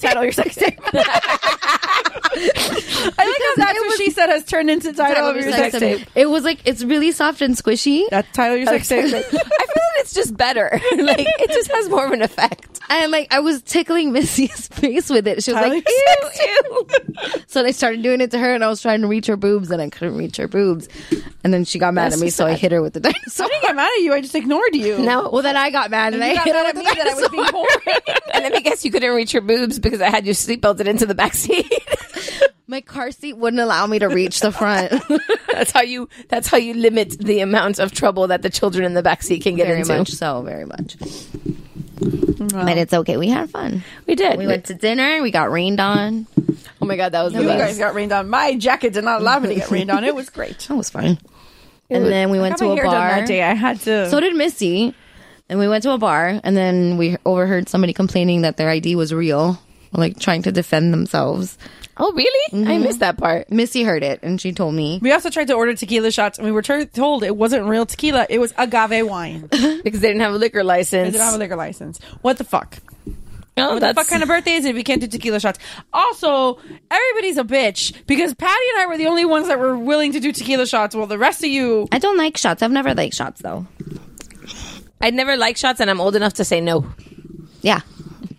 Speaker 7: Title your sex tape. I think how that's what she said has turned into title, of your sex tape.
Speaker 11: It was like it's really soft and squishy,
Speaker 7: That's title of your sex tape.
Speaker 6: I feel that it's just better. Like it just has more of an effect.
Speaker 11: and like I was tickling Missy's face with it. She was
Speaker 7: Tyler,
Speaker 11: like,
Speaker 7: your
Speaker 11: "Ew, ew." so they started doing it to her, and I was trying to reach her boobs, and I couldn't reach her boobs, and then she got mad
Speaker 6: That's
Speaker 11: at me, so I
Speaker 6: sad.
Speaker 11: hit her with the dinosaur.
Speaker 7: I didn't get mad at you. I just ignored you.
Speaker 11: No, well then I got mad, and,
Speaker 7: You
Speaker 11: I
Speaker 7: got
Speaker 11: hit her
Speaker 7: mad at
Speaker 11: with
Speaker 7: me
Speaker 11: the
Speaker 7: that I was being
Speaker 11: dinosaur.
Speaker 7: bored.
Speaker 6: And then I guess you couldn't reach your boobs because I had your seat belted into the back seat.
Speaker 11: My car seat wouldn't allow me to reach the front.
Speaker 6: that's how you. That's how you limit the amount of trouble that the children in the back seat can get
Speaker 11: very
Speaker 6: into.
Speaker 11: much so, very much. But it's okay. We had fun.
Speaker 6: We did.
Speaker 11: We went to dinner. We got rained on.
Speaker 6: oh my god, that was the
Speaker 7: You
Speaker 6: best.
Speaker 7: guys got rained on. My jacket did not allow me to get rained on. It was great.
Speaker 11: That was fun. And then we went
Speaker 7: Got
Speaker 11: to
Speaker 7: my
Speaker 11: a
Speaker 7: hair done
Speaker 11: bar.
Speaker 7: that day. I had to.
Speaker 11: So did Missy. And we went to a bar, and then we overheard somebody complaining that their ID was real, like trying to defend themselves.
Speaker 6: Oh really? I missed that part.
Speaker 11: Missy heard it, and she told me.
Speaker 7: we also tried to order tequila shots, and we were tur- told it wasn't real tequila. It was agave wine. They
Speaker 6: because they didn't have a liquor license.
Speaker 7: didn't have a liquor license. What the fuck?
Speaker 6: oh,
Speaker 7: what
Speaker 6: that's
Speaker 7: the fuck kind of birthday is it if we can't do tequila shots? Also, everybody's a bitch because Patty and I were the only ones that were willing to do tequila shots while the rest of you.
Speaker 11: I don't like shots. I've never liked shots, though.
Speaker 6: I never like shots, and I'm old enough to say no.
Speaker 11: Yeah.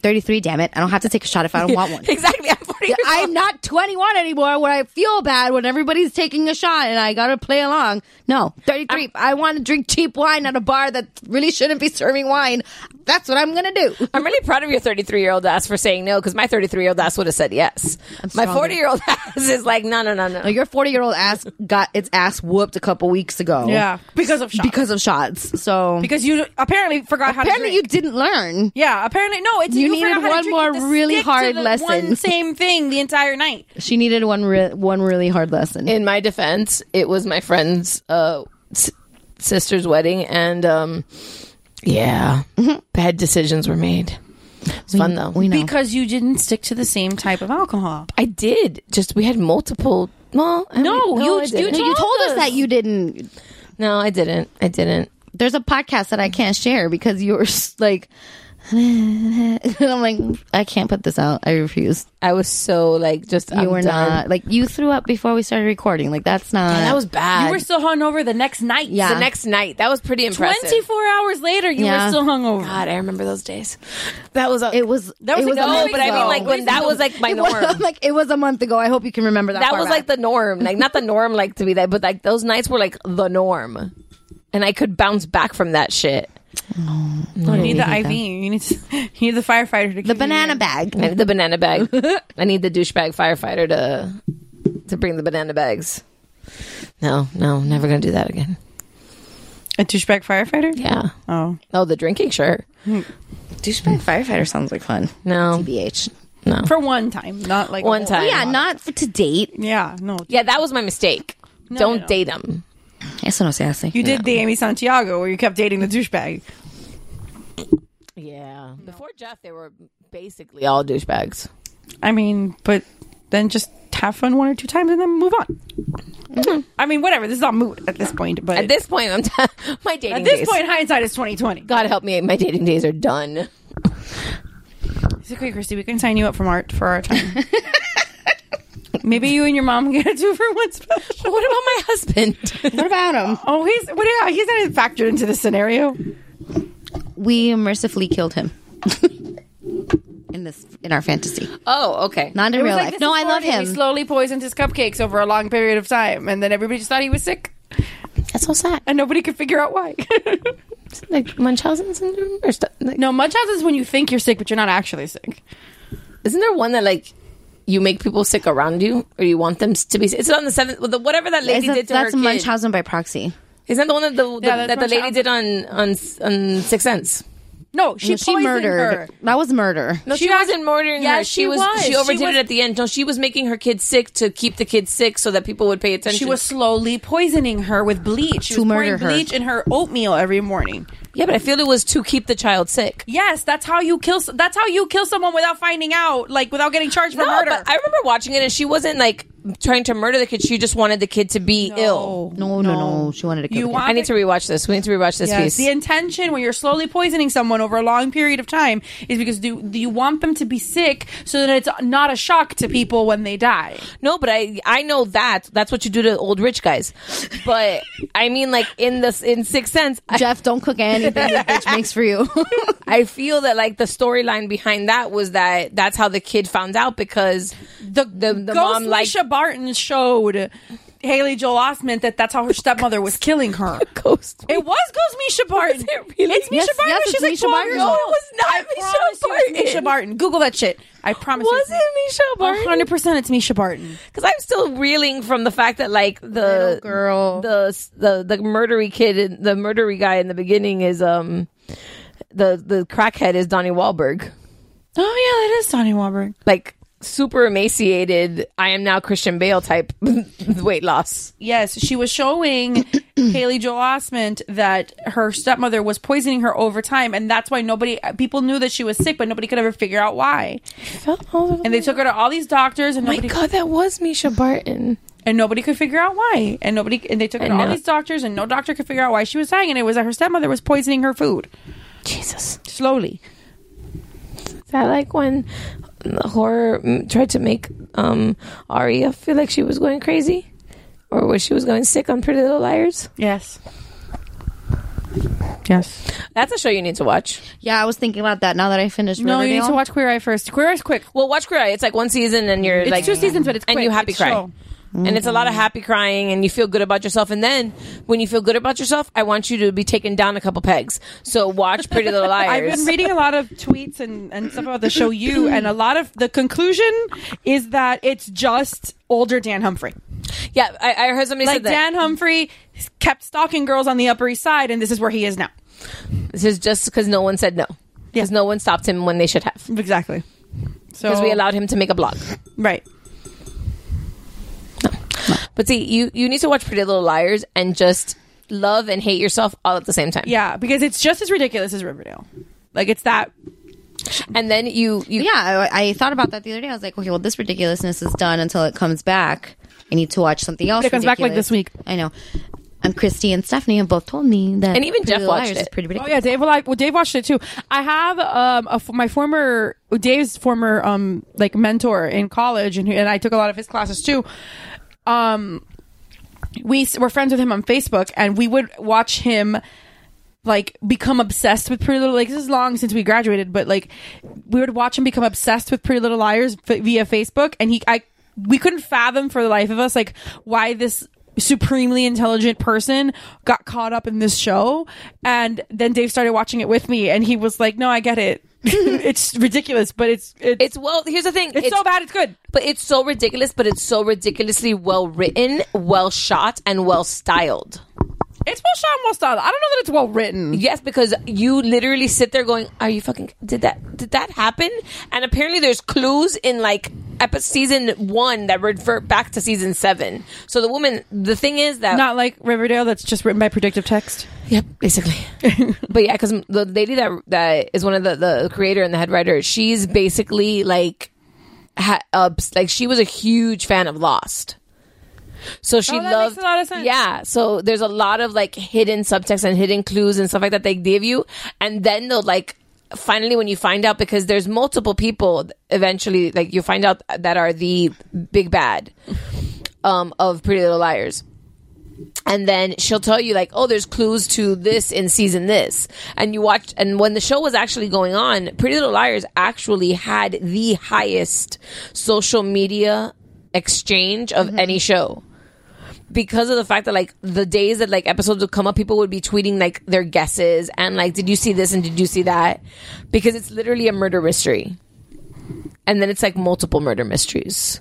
Speaker 11: 33, damn it. I don't have to take a shot if I don't want one.
Speaker 6: Exactly. I'm 40 years
Speaker 11: I'm not 21 anymore where I feel bad when everybody's taking a shot and I gotta play along. No, 33. i want to drink cheap wine at a bar that really shouldn't be serving wine. That's what I'm gonna do.
Speaker 6: I'm really proud of your 33 year old ass for saying no because my 33 year old ass would have said yes. My
Speaker 11: stronger.
Speaker 6: 40 year old ass is like no no no no.
Speaker 11: Now, your 40 year old ass got its ass whooped a couple weeks ago.
Speaker 7: Yeah, because of shots.
Speaker 11: Because of shots. So,
Speaker 7: Because you apparently forgot how to.
Speaker 11: apparently
Speaker 7: drink.
Speaker 11: you didn't learn.
Speaker 7: Yeah, apparently no. It's
Speaker 11: You
Speaker 7: you,
Speaker 11: needed
Speaker 7: forgot how to
Speaker 11: one
Speaker 7: drink, you
Speaker 11: more
Speaker 7: have to
Speaker 11: really
Speaker 7: stick to
Speaker 11: hard
Speaker 7: the
Speaker 11: lesson.
Speaker 7: One same thing the entire night.
Speaker 11: She needed one, re- one really hard lesson.
Speaker 6: In my defense, it was my friend's uh, s- sister's wedding, and um, yeah, bad decisions were made. It's fun though.
Speaker 11: we know.
Speaker 7: Because you didn't stick to the same type of alcohol.
Speaker 6: I did just we had multiple. Well, I
Speaker 7: No,
Speaker 6: mean,
Speaker 7: you-
Speaker 6: I
Speaker 7: you
Speaker 6: didn't.
Speaker 11: No, you told us that you didn't.
Speaker 6: No, I didn't. I didn't.
Speaker 11: There's a podcast that I can't share because you were s- like, and I'm like, I can't put this out. I refuse.
Speaker 6: I was so like just
Speaker 11: you
Speaker 6: I'm
Speaker 11: were
Speaker 6: done.
Speaker 11: not like you threw up before we started recording. Like that's not.
Speaker 6: And that was bad.
Speaker 7: You were still hungover the next night.
Speaker 11: Yeah.
Speaker 6: the next night. That was pretty impressive.
Speaker 7: Twenty four hours later, you
Speaker 11: Yeah.
Speaker 7: were still hungover.
Speaker 6: Mm. God, I remember those days. That was a,
Speaker 11: It was.
Speaker 7: That was
Speaker 11: it
Speaker 7: like no,
Speaker 11: a month
Speaker 6: but I mean,
Speaker 11: ago.
Speaker 6: like, when that was, like, my
Speaker 11: It was-
Speaker 6: norm.
Speaker 11: like it was a month ago. I hope you can remember that.
Speaker 6: that
Speaker 11: far
Speaker 6: was
Speaker 11: back.
Speaker 6: like the norm. Like not the norm, like to be that, but like those nights were like the norm. and I could bounce back from that shit.
Speaker 7: you need the IV. You need to, you need the firefighter to the
Speaker 11: banana bag.
Speaker 6: I need the banana bag. I need the douchebag firefighter to to bring the banana bags. No, no, never gonna do that again.
Speaker 7: A douchebag firefighter?
Speaker 6: Yeah.
Speaker 7: Oh.
Speaker 6: Oh, the drinking shirt.
Speaker 11: Douchebag firefighter sounds like fun.
Speaker 6: No.
Speaker 11: TBH.
Speaker 6: No.
Speaker 7: for one time, not like
Speaker 6: One time. Yeah,
Speaker 11: not to date.
Speaker 7: Yeah, no.
Speaker 6: Yeah, that was my mistake. Don't
Speaker 7: no.
Speaker 6: date him.
Speaker 11: Eso no se hace.
Speaker 7: You did the Amy Santiago where you kept dating the douchebag.
Speaker 6: Yeah. Before Jeff, they were basically all douchebags.
Speaker 7: I mean, but then just have fun one or two times and then move on. I mean, whatever. This is all moot at this point. But
Speaker 6: At this point, I'm t- my dating.
Speaker 7: At this
Speaker 6: days-
Speaker 7: point, hindsight is twenty twenty.
Speaker 6: God help me, my dating days are done.
Speaker 7: It's okay, Christy. We can sign you up from art for our time. Maybe you and your mom can get a two for one special.
Speaker 6: What about my husband?
Speaker 11: What about him?
Speaker 7: Oh, he's what? Yeah, he's not factored into the scenario.
Speaker 11: We mercifully killed him. in this in our fantasy.
Speaker 6: Oh, okay.
Speaker 11: Not in
Speaker 7: It was
Speaker 11: real
Speaker 7: like
Speaker 11: life.
Speaker 7: this
Speaker 11: No, I love
Speaker 7: morning, He
Speaker 11: him.
Speaker 7: slowly poisoned his cupcakes over a long period of time, and then everybody just thought he was sick,
Speaker 6: That's so sad.
Speaker 7: and nobody could figure out why.
Speaker 6: Like Munchausen syndrome or stuff. Like,
Speaker 7: no, Munchausen's when you think you're sick, but you're not actually sick.
Speaker 6: Isn't there one that like you make people sick around you, or you want them to be? sick? It's on the seventh. well, the- Whatever that lady did
Speaker 11: That's-
Speaker 6: to her
Speaker 11: that's
Speaker 6: kid.
Speaker 11: Munchausen by proxy.
Speaker 6: Isn't that the one that the, the-
Speaker 7: Yeah, that's
Speaker 6: that the lady
Speaker 7: Munchausen.
Speaker 6: did on on on Sixth Sense?
Speaker 7: No, she
Speaker 11: No, she
Speaker 7: poisoned
Speaker 11: murdered.
Speaker 7: her.
Speaker 11: That was murder.
Speaker 6: No, she,
Speaker 7: She was-
Speaker 6: wasn't murdering her.
Speaker 7: Yes,
Speaker 6: She,
Speaker 7: she
Speaker 6: was,
Speaker 7: was.
Speaker 6: She
Speaker 7: She
Speaker 6: overdid
Speaker 7: was-
Speaker 6: it at the end. No, she was making her kids sick to keep the kids sick so that people would pay attention.
Speaker 7: She was slowly poisoning her with bleach. She
Speaker 11: To
Speaker 7: was pouring
Speaker 11: murder her.
Speaker 7: bleach in her oatmeal every morning.
Speaker 6: yeah, but I feel it was to keep the child sick.
Speaker 7: Yes, that's how you kill. s- That's how you kill someone without finding out, like without getting charged for
Speaker 6: No,
Speaker 7: murder.
Speaker 6: but I remember watching it, and she wasn't like trying to murder the kid. She just wanted the kid to be ill.
Speaker 11: No, no, no. She wanted to kill
Speaker 7: You
Speaker 11: the kid.
Speaker 7: want
Speaker 6: I need to rewatch this. We need to rewatch this
Speaker 7: Yes,
Speaker 6: piece.
Speaker 7: the intention when you're slowly poisoning someone over a long period of time is because do, do you want them to be sick so that it's not a shock to people when they die?
Speaker 6: No, but I I know that that's what you do to old rich guys. But I mean, like in this in Sixth Sense, I,
Speaker 11: Jeff, don't cook anything this bitch makes for you.
Speaker 6: I feel that like the storyline behind that was that that's how the kid found out because the the, the
Speaker 7: Ghost
Speaker 6: mom like
Speaker 7: Misha Barton showed Haley Joel Osment that that's how her stepmother was killing her.
Speaker 6: ghost.
Speaker 7: It was Ghost Misha Barton.
Speaker 6: it really?
Speaker 7: It's Misha
Speaker 11: Yes,
Speaker 7: Barton.
Speaker 11: yes,
Speaker 7: She's
Speaker 11: it's
Speaker 7: like
Speaker 11: Misha
Speaker 7: 12
Speaker 11: Barton.
Speaker 7: years
Speaker 11: No,
Speaker 7: old.
Speaker 11: it
Speaker 6: was not
Speaker 7: I
Speaker 6: Misha
Speaker 7: promise you it's
Speaker 6: Barton.
Speaker 7: Misha Barton. Google that shit. I promise.
Speaker 6: Was it Misha Barton?
Speaker 7: 100. percent It's Misha Barton.
Speaker 6: Because I'm still reeling from the fact that like the
Speaker 11: Little girl.
Speaker 6: the the the murdery kid, in- the murdery guy in the beginning is um the the crackhead is Donnie Wahlberg.
Speaker 7: Oh yeah, that is Donnie Wahlberg.
Speaker 6: like super emaciated i am now christian bale type weight loss
Speaker 7: Yes, she was showing Haley Joel Osment that her stepmother was poisoning her over time, and that's why nobody people knew that she was sick, but nobody could ever figure out why. And they took her to all these doctors, and
Speaker 6: my
Speaker 7: nobody
Speaker 6: god that was misha barton
Speaker 7: and nobody could figure out why, and nobody and they took her to
Speaker 6: I
Speaker 7: all
Speaker 6: know.
Speaker 7: these doctors, and no doctor could figure out why she was dying, and it was that her stepmother was poisoning her food
Speaker 6: jesus
Speaker 7: slowly.
Speaker 6: is that like when the horror mm, tried to make um aria feel like she was going crazy or was she was going sick on pretty little liars
Speaker 7: Yes. Yes.
Speaker 6: that's a show you need to watch
Speaker 11: yeah, I was thinking about that now that I finished.
Speaker 7: No, you need
Speaker 11: Riverdale.
Speaker 7: to watch Queer Eye first. Queer Eye's quick.
Speaker 6: well watch cry it's like one season and you're
Speaker 7: It's
Speaker 6: like
Speaker 7: two seasons, but it's
Speaker 6: and
Speaker 7: quick.
Speaker 6: you happy
Speaker 7: It's
Speaker 6: cry
Speaker 7: chill.
Speaker 6: and it's a lot of happy crying and you feel good about yourself and then when you feel good about yourself i want you to be taken down a couple pegs so watch pretty little liars
Speaker 7: I've been reading a lot of tweets and, and stuff about the show you, and a lot of the conclusion is that it's just older Dan Humphrey.
Speaker 6: yeah i, I heard somebody
Speaker 7: Like
Speaker 6: said that
Speaker 7: Dan Humphrey kept stalking girls on the Upper East Side, and this is where he is now.
Speaker 6: this is just because no one said no because no one stopped him when they should have
Speaker 7: Exactly. So
Speaker 6: because we allowed him to make a blog
Speaker 7: right.
Speaker 6: but see you you need to watch pretty little liars and just love and hate yourself all at the same time
Speaker 7: Yeah, because it's just as ridiculous as Riverdale. Like it's that.
Speaker 6: and then you you
Speaker 11: Yeah, I, I thought about that the other day. I was like, okay, well, this ridiculousness is done until it comes back. I need to watch something else.
Speaker 7: It comes back, like,
Speaker 11: ridiculous.
Speaker 7: this week.
Speaker 11: I know. And Christy and Stephanie have both told me that,
Speaker 6: And even
Speaker 11: Pretty
Speaker 6: Jeff
Speaker 11: Little
Speaker 6: watched
Speaker 11: Liars
Speaker 6: it.
Speaker 11: is pretty
Speaker 7: Oh
Speaker 11: ridiculous.
Speaker 7: yeah, Dave. Well, I, well, Dave watched it too. I have um a f my former Dave's former um like mentor in college, and and I took a lot of his classes too. Um, we s- were friends with him on Facebook, and we would watch him like become obsessed with Pretty Little. Like this is long since we graduated, but like we would watch him become obsessed with Pretty Little Liars f- via Facebook, and he I we couldn't fathom for the life of us like why this
Speaker 9: supremely intelligent person got caught up in this show and then Dave started watching it with me and he was like, "No, I get it. it's ridiculous, but it's it's,
Speaker 6: well. Here's the thing:
Speaker 9: It's so bad, it's good.
Speaker 6: But it's so ridiculous. But it's so ridiculously well written, well shot, and well styled.
Speaker 9: It's well shot, and well styled. I don't know that it's well written.
Speaker 6: Yes, because you literally sit there going, "Are you fucking did that? Did that happen?" And apparently, there's clues in like episode season one that revert back to season seven. So the woman, the thing is that
Speaker 9: not like Riverdale that's just written by predictive text.
Speaker 6: Yep, basically. but yeah, because the lady that that is one of the the creator and the head writer, she's basically like, ha, obs- like she was a huge fan of Lost. So she
Speaker 9: Oh, that
Speaker 6: loved
Speaker 9: makes a lot of sense.
Speaker 6: yeah. So there's a lot of like hidden subtext and hidden clues and stuff like that they give you, and then they'll like finally when you find out because there's multiple people eventually like you find out that are the big bad um, of Pretty Little Liars. And then she'll tell you like, oh, there's clues to this in season this, and you watch. And when the show was actually going on, Pretty Little Liars actually had the highest social media exchange of any show because of the fact that like the days that like episodes would come up, people would be tweeting like their guesses and like, did you see this and did you see that? Because it's literally a murder mystery, and then it's like multiple murder mysteries.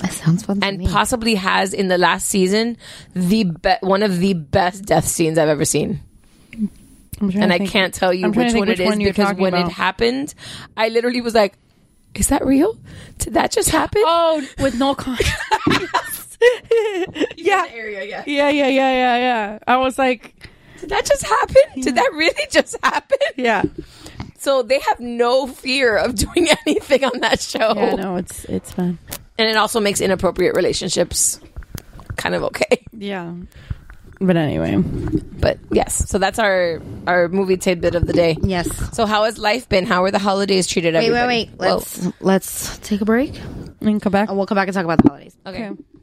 Speaker 7: Oh,
Speaker 11: That sounds fun.
Speaker 6: And possibly has in the last season the be- one of the best death scenes I've ever seen.
Speaker 9: I'm trying
Speaker 6: And
Speaker 9: to
Speaker 6: I
Speaker 9: think-
Speaker 6: can't tell you
Speaker 9: I'm trying
Speaker 6: which
Speaker 9: to think
Speaker 6: one it is
Speaker 9: you're
Speaker 6: because
Speaker 9: talking
Speaker 6: when
Speaker 9: about.
Speaker 6: it happened, I literally was like, "Is that real? Did that just happen?"
Speaker 9: Oh, with no context. yeah.
Speaker 6: area, yeah.
Speaker 9: Yeah, yeah, yeah, yeah, yeah. I was like,
Speaker 6: did that just happen? Did that really just happen?
Speaker 9: Yeah.
Speaker 6: So they have no fear of doing anything on that show.
Speaker 7: Oh.
Speaker 9: yeah, no, it's it's fun.
Speaker 6: And it also makes inappropriate relationships kind of okay.
Speaker 9: Yeah. But anyway.
Speaker 6: But yes, so that's our our movie tidbit of the day.
Speaker 11: Yes.
Speaker 6: So how has life been? How were the holidays treated?
Speaker 11: Wait, wait,
Speaker 6: everybody?
Speaker 11: wait.
Speaker 6: Whoa.
Speaker 11: Let's let's take a break
Speaker 9: and come back.
Speaker 11: And we'll come back and talk about the holidays.
Speaker 6: Okay.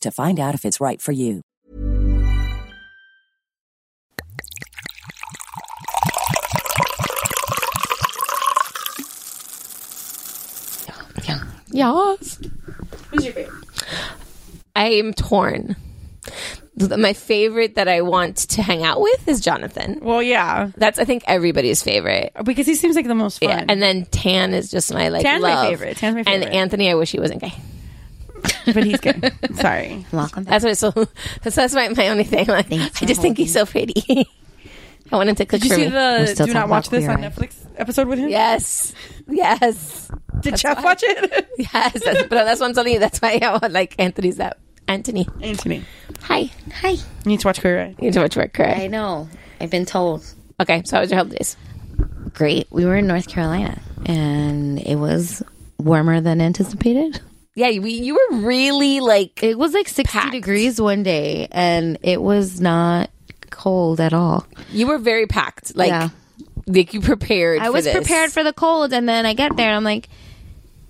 Speaker 1: to find out if it's right for you.
Speaker 6: Yes.
Speaker 9: Who's your favorite?
Speaker 6: I am torn. Th- My favorite that I want to hang out with is Jonathan.
Speaker 9: Well, yeah.
Speaker 6: That's I think everybody's favorite.
Speaker 9: Because he seems like the most fun.
Speaker 6: Yeah, and then Tan is just my like
Speaker 9: Tan's my
Speaker 6: love.
Speaker 9: favorite. Tan's my
Speaker 6: And
Speaker 9: favorite.
Speaker 6: Anthony, I wish he wasn't gay.
Speaker 9: but he's gay. Sorry.
Speaker 11: Welcome.
Speaker 6: That's what. So that's, that's my, my only thing. Like, I just think he's so pretty. I wanted to cook
Speaker 9: Did you
Speaker 6: for
Speaker 9: see
Speaker 6: me.
Speaker 9: the Do Not Watch This on Netflix episode with him?
Speaker 6: Yes. Yes.
Speaker 9: Did Jeff watch it?
Speaker 6: yes, that's, but that's what I'm telling you. That's why I want, like Anthony's that Anthony.
Speaker 9: Anthony.
Speaker 6: Hi.
Speaker 11: Hi. You
Speaker 9: need to watch Queer Eye.
Speaker 6: You need to watch Queer Eye.
Speaker 11: I know. I've been told.
Speaker 6: Okay, so how was your holidays?
Speaker 11: Great. We were in North Carolina and it was warmer than anticipated.
Speaker 6: Yeah, we, you were really like
Speaker 11: it was like 60 degrees one day and it was not cold at all.
Speaker 6: You were very packed. Like,
Speaker 11: Yeah.
Speaker 6: like you prepared.
Speaker 11: I
Speaker 6: for
Speaker 11: was
Speaker 6: this.
Speaker 11: prepared for the cold and then I get there and I'm like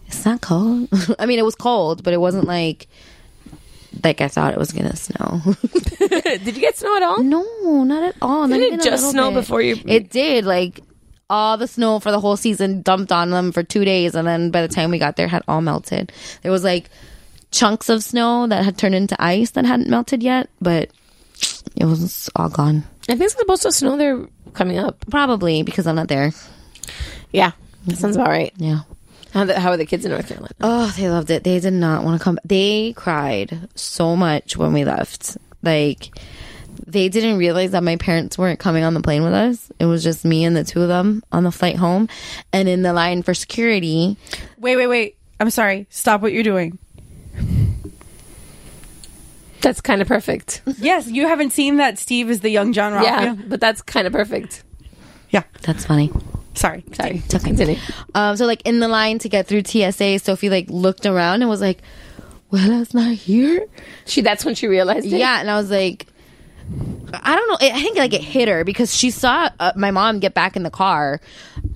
Speaker 11: it's not cold. I mean, it was cold, but it wasn't like like I thought it was gonna snow.
Speaker 6: did you get snow at all?
Speaker 11: No, not at all. Not
Speaker 6: Didn't it
Speaker 11: even a
Speaker 6: just
Speaker 11: little
Speaker 6: snow
Speaker 11: bit.
Speaker 6: before you-
Speaker 11: It did. Like all the snow for the whole season dumped on them for two days, and then by the time we got there, had all melted. There was like chunks of snow that had turned into ice that hadn't melted yet, but it was all gone.
Speaker 6: I think it's supposed to snow there coming up.
Speaker 11: Probably because I'm not there.
Speaker 6: Yeah, that sounds about right.
Speaker 11: Yeah.
Speaker 6: How, the, how are the kids in North Carolina?
Speaker 11: Oh, they loved it. They did not want to come. They cried so much when we left. Like they didn't realize that my parents weren't coming on the plane with us. It was just me and the two of them on the flight home, and in the line for security.
Speaker 9: Wait, wait, wait. I'm sorry. Stop what you're doing.
Speaker 6: That's kind of perfect.
Speaker 9: Yes, you haven't seen that Steve is the young John Ralphio.
Speaker 6: Yeah, but that's kind of perfect.
Speaker 9: Yeah,
Speaker 11: that's funny.
Speaker 9: Sorry,
Speaker 6: sorry.
Speaker 11: It's okay. Um, so like in the line to get through TSA, Sophie like looked around and was like, "Wella's not here."
Speaker 6: She that's when she realized. it?
Speaker 11: Yeah, and I was like, I don't know. It, I think like it hit her because she saw uh, my mom get back in the car,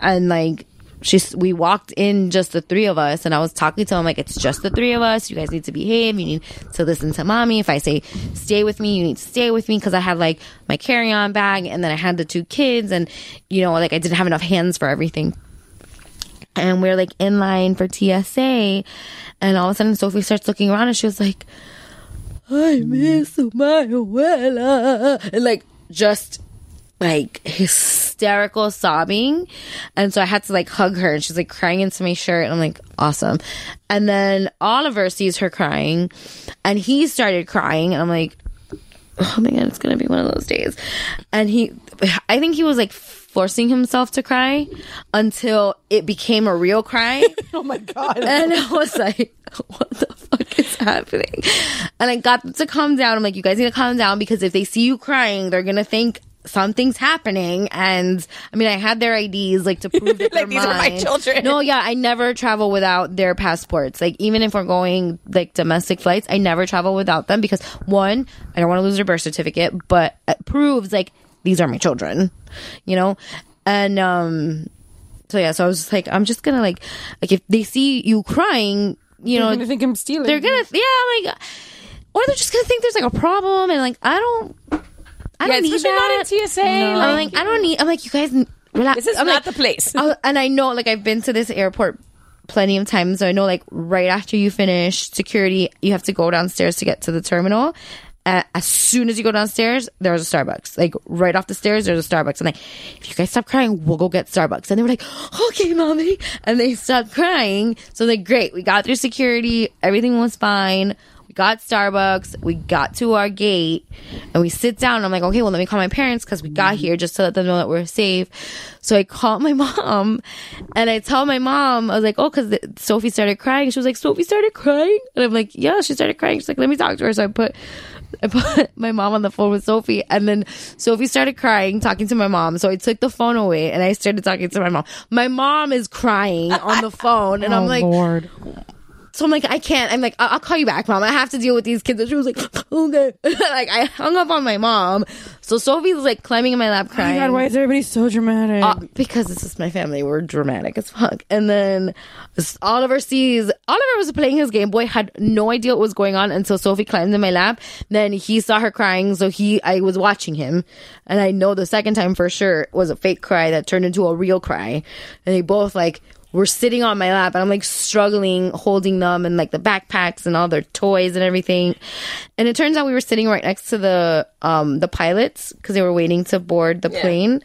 Speaker 11: and like she's we walked in just the three of us, and I was talking to him like it's just the three of us. You guys need to behave. You need to listen to mommy. If I say stay with me, you need to stay with me because I had like my carry on bag, and then I had the two kids, and you know like I didn't have enough hands for everything and we're like in line for TSA, and all of a sudden Sophie starts looking around and she was like, "I miss my abuela," and like just like hysterical sobbing, and so I had to like hug her, and she's like crying into my shirt, and I'm like, "Awesome," and then Oliver sees her crying, and he started crying, and I'm like, oh my god, it's gonna be one of those days. And he, I think he was like forcing himself to cry until it became a real cry.
Speaker 6: oh my god!
Speaker 11: And I was like, what the fuck is happening? And I got them to calm down. I'm like, you guys need to calm down because if they see you crying, they're gonna think. Something's happening, and I mean, I had their IDs like to prove
Speaker 6: Like,
Speaker 11: that they're
Speaker 6: these are my
Speaker 11: mine.
Speaker 6: children.
Speaker 11: No, yeah, I never travel without their passports. Like even if we're going like domestic flights, I never travel without them because one, I don't want to lose their birth certificate, but it proves like these are my children, you know? And um so yeah, so I was just like I'm just going to like like if they see you crying, you know,
Speaker 7: They're gonna think I'm stealing.
Speaker 11: They're going to yeah, like or they're just going to think there's like a problem and like I don't I
Speaker 6: Yeah,
Speaker 11: don't need
Speaker 6: especially not
Speaker 11: that.
Speaker 6: at TSA,
Speaker 11: I'm
Speaker 6: like-
Speaker 11: like, I don't need. I'm like, you guys, n- relax.
Speaker 6: This is
Speaker 11: I'm
Speaker 6: not
Speaker 11: like-
Speaker 6: the place.
Speaker 11: I'll- and I know, like, I've been to this airport plenty of times, so I know, like, right after you finish security, you have to go downstairs to get to the terminal. Uh, as soon as you go downstairs, there's a Starbucks. Like right off the stairs, there's a Starbucks. And like, if you guys stop crying, we'll go get Starbucks. And they were like, "Okay, mommy," and they stopped crying. So like, great, we got through security. Everything was fine. We got Starbucks. We got to our gate and we sit down. And I'm like, okay, well, let me call my parents because we got here just to let them know that we're safe. So I call my mom and I tell my mom, I was like, oh, because Sophie started crying. She was like, Sophie started crying. And I'm like, yeah, she started crying. She's like, let me talk to her. So I put, I put my mom on the phone with Sophie, and then Sophie started crying, talking to my mom. So I took the phone away and I started talking to my mom. My mom is crying on the phone,
Speaker 9: Oh,
Speaker 11: and I'm like, so I'm like, I can't. I'm like, I- I'll call you back, mom. I have to deal with these kids. And she was like, okay. like I hung up on my mom. So Sophie's like climbing in my lap
Speaker 9: Oh my
Speaker 11: crying.
Speaker 9: God, why is everybody so dramatic?
Speaker 11: Uh, because this is my family. We're dramatic as fuck. And then s- Oliver sees Oliver was playing his Game Boy, had no idea what was going on until Sophie climbed in my lap. Then he saw her crying, so he I was watching him, and I know the second time for sure was a fake cry that turned into a real cry, and they both like were sitting on my lap, and I'm like struggling holding them and like the backpacks and all their toys and everything. And it turns out we were sitting right next to the um the pilots because they were waiting to board the plane.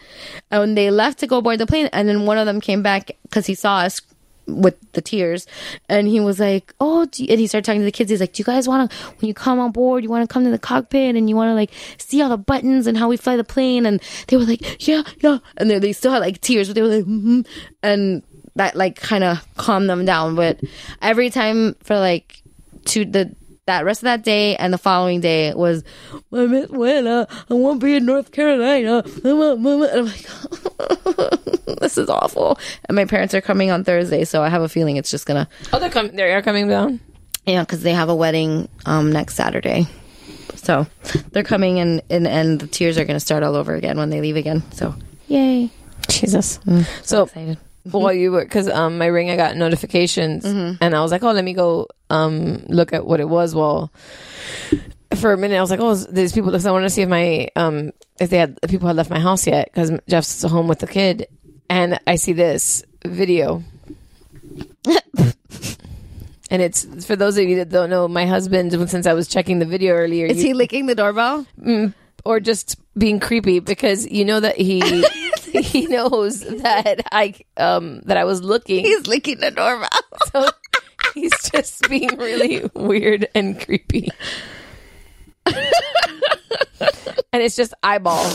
Speaker 11: And when they left to go board the plane, and then one of them came back because he saw us with the tears and he was like oh do you-" and he started talking to the kids he's like do you guys want to when you come on board you want to come to the cockpit and you want to like see all the buttons and how we fly the plane and they were like yeah yeah and they, they still had like tears but they were like mm-hmm. and that like kind of calmed them down but every time for like to the that rest of that day and the following day was my miss Willa, I won't be in North Carolina. I'm, a- I'm a-" and I'm like, this is awful. And my parents are coming on Thursday, so I have a feeling it's just gonna
Speaker 6: Oh, they're coming. They are coming down.
Speaker 11: yeah, because they have a wedding um, next Saturday, so they're coming and, and and the tears are gonna start all over again when they leave again. So
Speaker 6: Yay! Jesus.
Speaker 11: Mm.
Speaker 6: So while you were because um my ring I got notifications
Speaker 11: Mhm.
Speaker 6: and I was like oh let me go um look at what it was well for a minute I was like oh is- there's people because I wanted to see if my um if they had if people had left my house yet because Jeff's home with the kid and I see this video and it's for those of you that don't know my husband since I was checking the video earlier
Speaker 11: Is
Speaker 6: you-
Speaker 11: he licking the doorbell?
Speaker 6: Mm, or just being creepy because you know that he he knows that I um that I was looking. He's
Speaker 11: licking the doorbell.
Speaker 6: So he's just being really weird and creepy. and it's just eyeball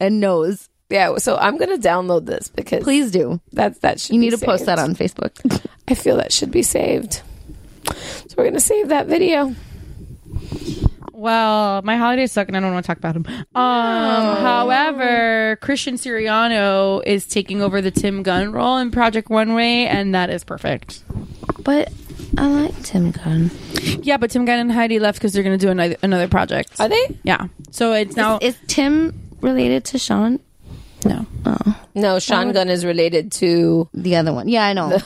Speaker 11: and nose.
Speaker 6: Yeah, so I'm gonna download this because
Speaker 11: Please do.
Speaker 6: That's that should
Speaker 11: You
Speaker 6: be
Speaker 11: need to post
Speaker 6: saved.
Speaker 11: that on Facebook.
Speaker 6: I feel that should be saved. So we're gonna save that video.
Speaker 7: Well, my holidays suck, and I don't want to talk about them. Um, however, Christian Siriano is taking over the Tim Gunn role in Project Runway, and that is perfect.
Speaker 11: But I like Tim Gunn.
Speaker 7: Yeah, but Tim Gunn and Heidi left because they're going to do another, another project. Are
Speaker 6: they?
Speaker 7: Yeah. Uh, So it's now.
Speaker 11: Is, Tim related to Sean? Oh.
Speaker 7: No.
Speaker 6: No, Sean Gunn is related to
Speaker 11: the other one. Yeah, I know.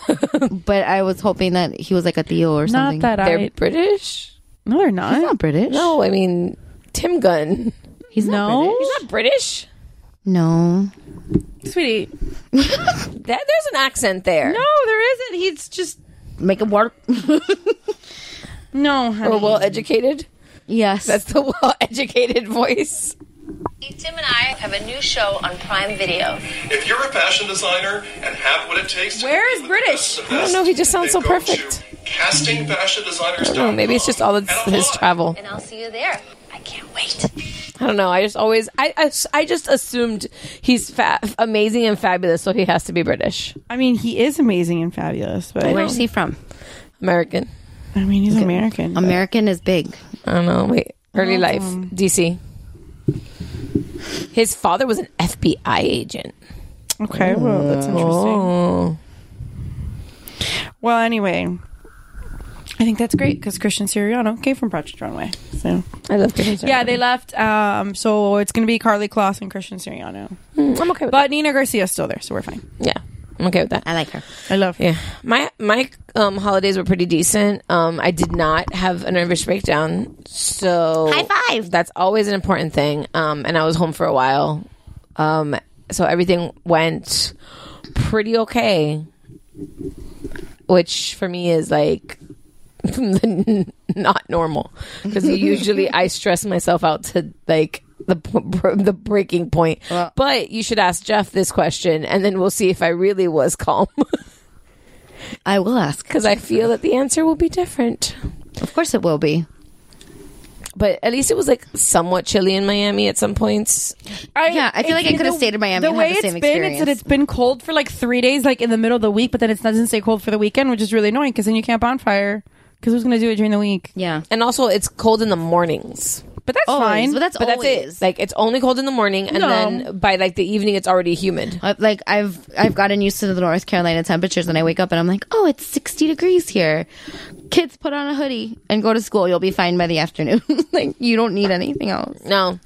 Speaker 11: but I was hoping that he was like a Theo or something.
Speaker 6: they're British.
Speaker 7: No, they're not.
Speaker 11: He's not British.
Speaker 6: No, oh, I mean Tim Gunn.
Speaker 11: He's not
Speaker 6: no.
Speaker 11: British.
Speaker 6: He's not British.
Speaker 11: No.
Speaker 7: Sweetie.
Speaker 6: That, there's an accent there.
Speaker 7: No, there isn't. He's just
Speaker 11: Make it work.
Speaker 7: no.
Speaker 6: Or well educated.
Speaker 11: Yes.
Speaker 6: That's the well educated voice.
Speaker 12: Tim and I have a new show on Prime Video.
Speaker 13: If you're a fashion designer and have what it takes to
Speaker 7: Where is British?
Speaker 13: I
Speaker 6: don't know. He just sounds so perfect.
Speaker 13: casting fashion
Speaker 6: I
Speaker 13: designers
Speaker 6: don't know. Maybe it's just all that's his travel.
Speaker 12: And I'll see you there.
Speaker 6: I don't know. I just always I I, I just assumed he's fa- amazing and fabulous, so he has to be British.
Speaker 7: I mean, he is amazing and fabulous, but
Speaker 6: Where's he
Speaker 11: from?
Speaker 6: American.
Speaker 7: I mean, he's American. but-
Speaker 11: American is big.
Speaker 6: I don't know. Wait, early
Speaker 7: Oh.
Speaker 6: life, DC. His father was an FBI agent.
Speaker 7: Okay, well, that's interesting.
Speaker 6: Oh.
Speaker 7: Well, anyway, I think that's great because Christian Siriano came from Project Runway. So
Speaker 6: I love Christian Siriano.
Speaker 7: Yeah, they left. Um, so it's going to be Carly Kloss and Christian Siriano.
Speaker 11: Mm,
Speaker 6: I'm okay with
Speaker 7: But Nina Garcia's still there, so we're fine.
Speaker 6: Yeah, I'm okay with that.
Speaker 11: I like her.
Speaker 7: I love her.
Speaker 6: Yeah, my my um, holidays were pretty decent. Um, I did not have a nervous breakdown, so high five. That's always an important thing. Um, and I was home for a while, um, so everything went pretty okay, which for me is like not normal because usually I stress myself out to like the p- br- the breaking point. but you should ask Jeff this question, and then we'll see if I really was calm.
Speaker 11: I will ask
Speaker 6: because I feel that the answer will be different.
Speaker 11: Of course, it will be.
Speaker 6: But at least it was like somewhat chilly in Miami at some points.
Speaker 11: yeah, I feel like I could have stayed in Miami
Speaker 7: The
Speaker 11: and
Speaker 7: way
Speaker 11: had the
Speaker 7: it's
Speaker 11: same
Speaker 7: been, it's that
Speaker 11: experience.
Speaker 7: it's been cold for like three days, like in the middle of the week, but then it doesn't stay cold for the weekend, which is really annoying because then you can't bonfire. Because who's going to do it during the week?
Speaker 11: Yeah,
Speaker 6: and also it's cold in the mornings.
Speaker 7: But that's
Speaker 6: Always,
Speaker 7: fine.
Speaker 6: but that's But that's it. always. Like it's only cold in the morning, and
Speaker 11: No.
Speaker 6: then by like the evening, it's already humid.
Speaker 11: Uh, like I've I've gotten used to the North Carolina temperatures, and I wake up and I'm like, oh, it's 60 degrees here. Kids, put on a hoodie and go to school. You'll be fine by the afternoon. like you don't need anything else.
Speaker 6: No,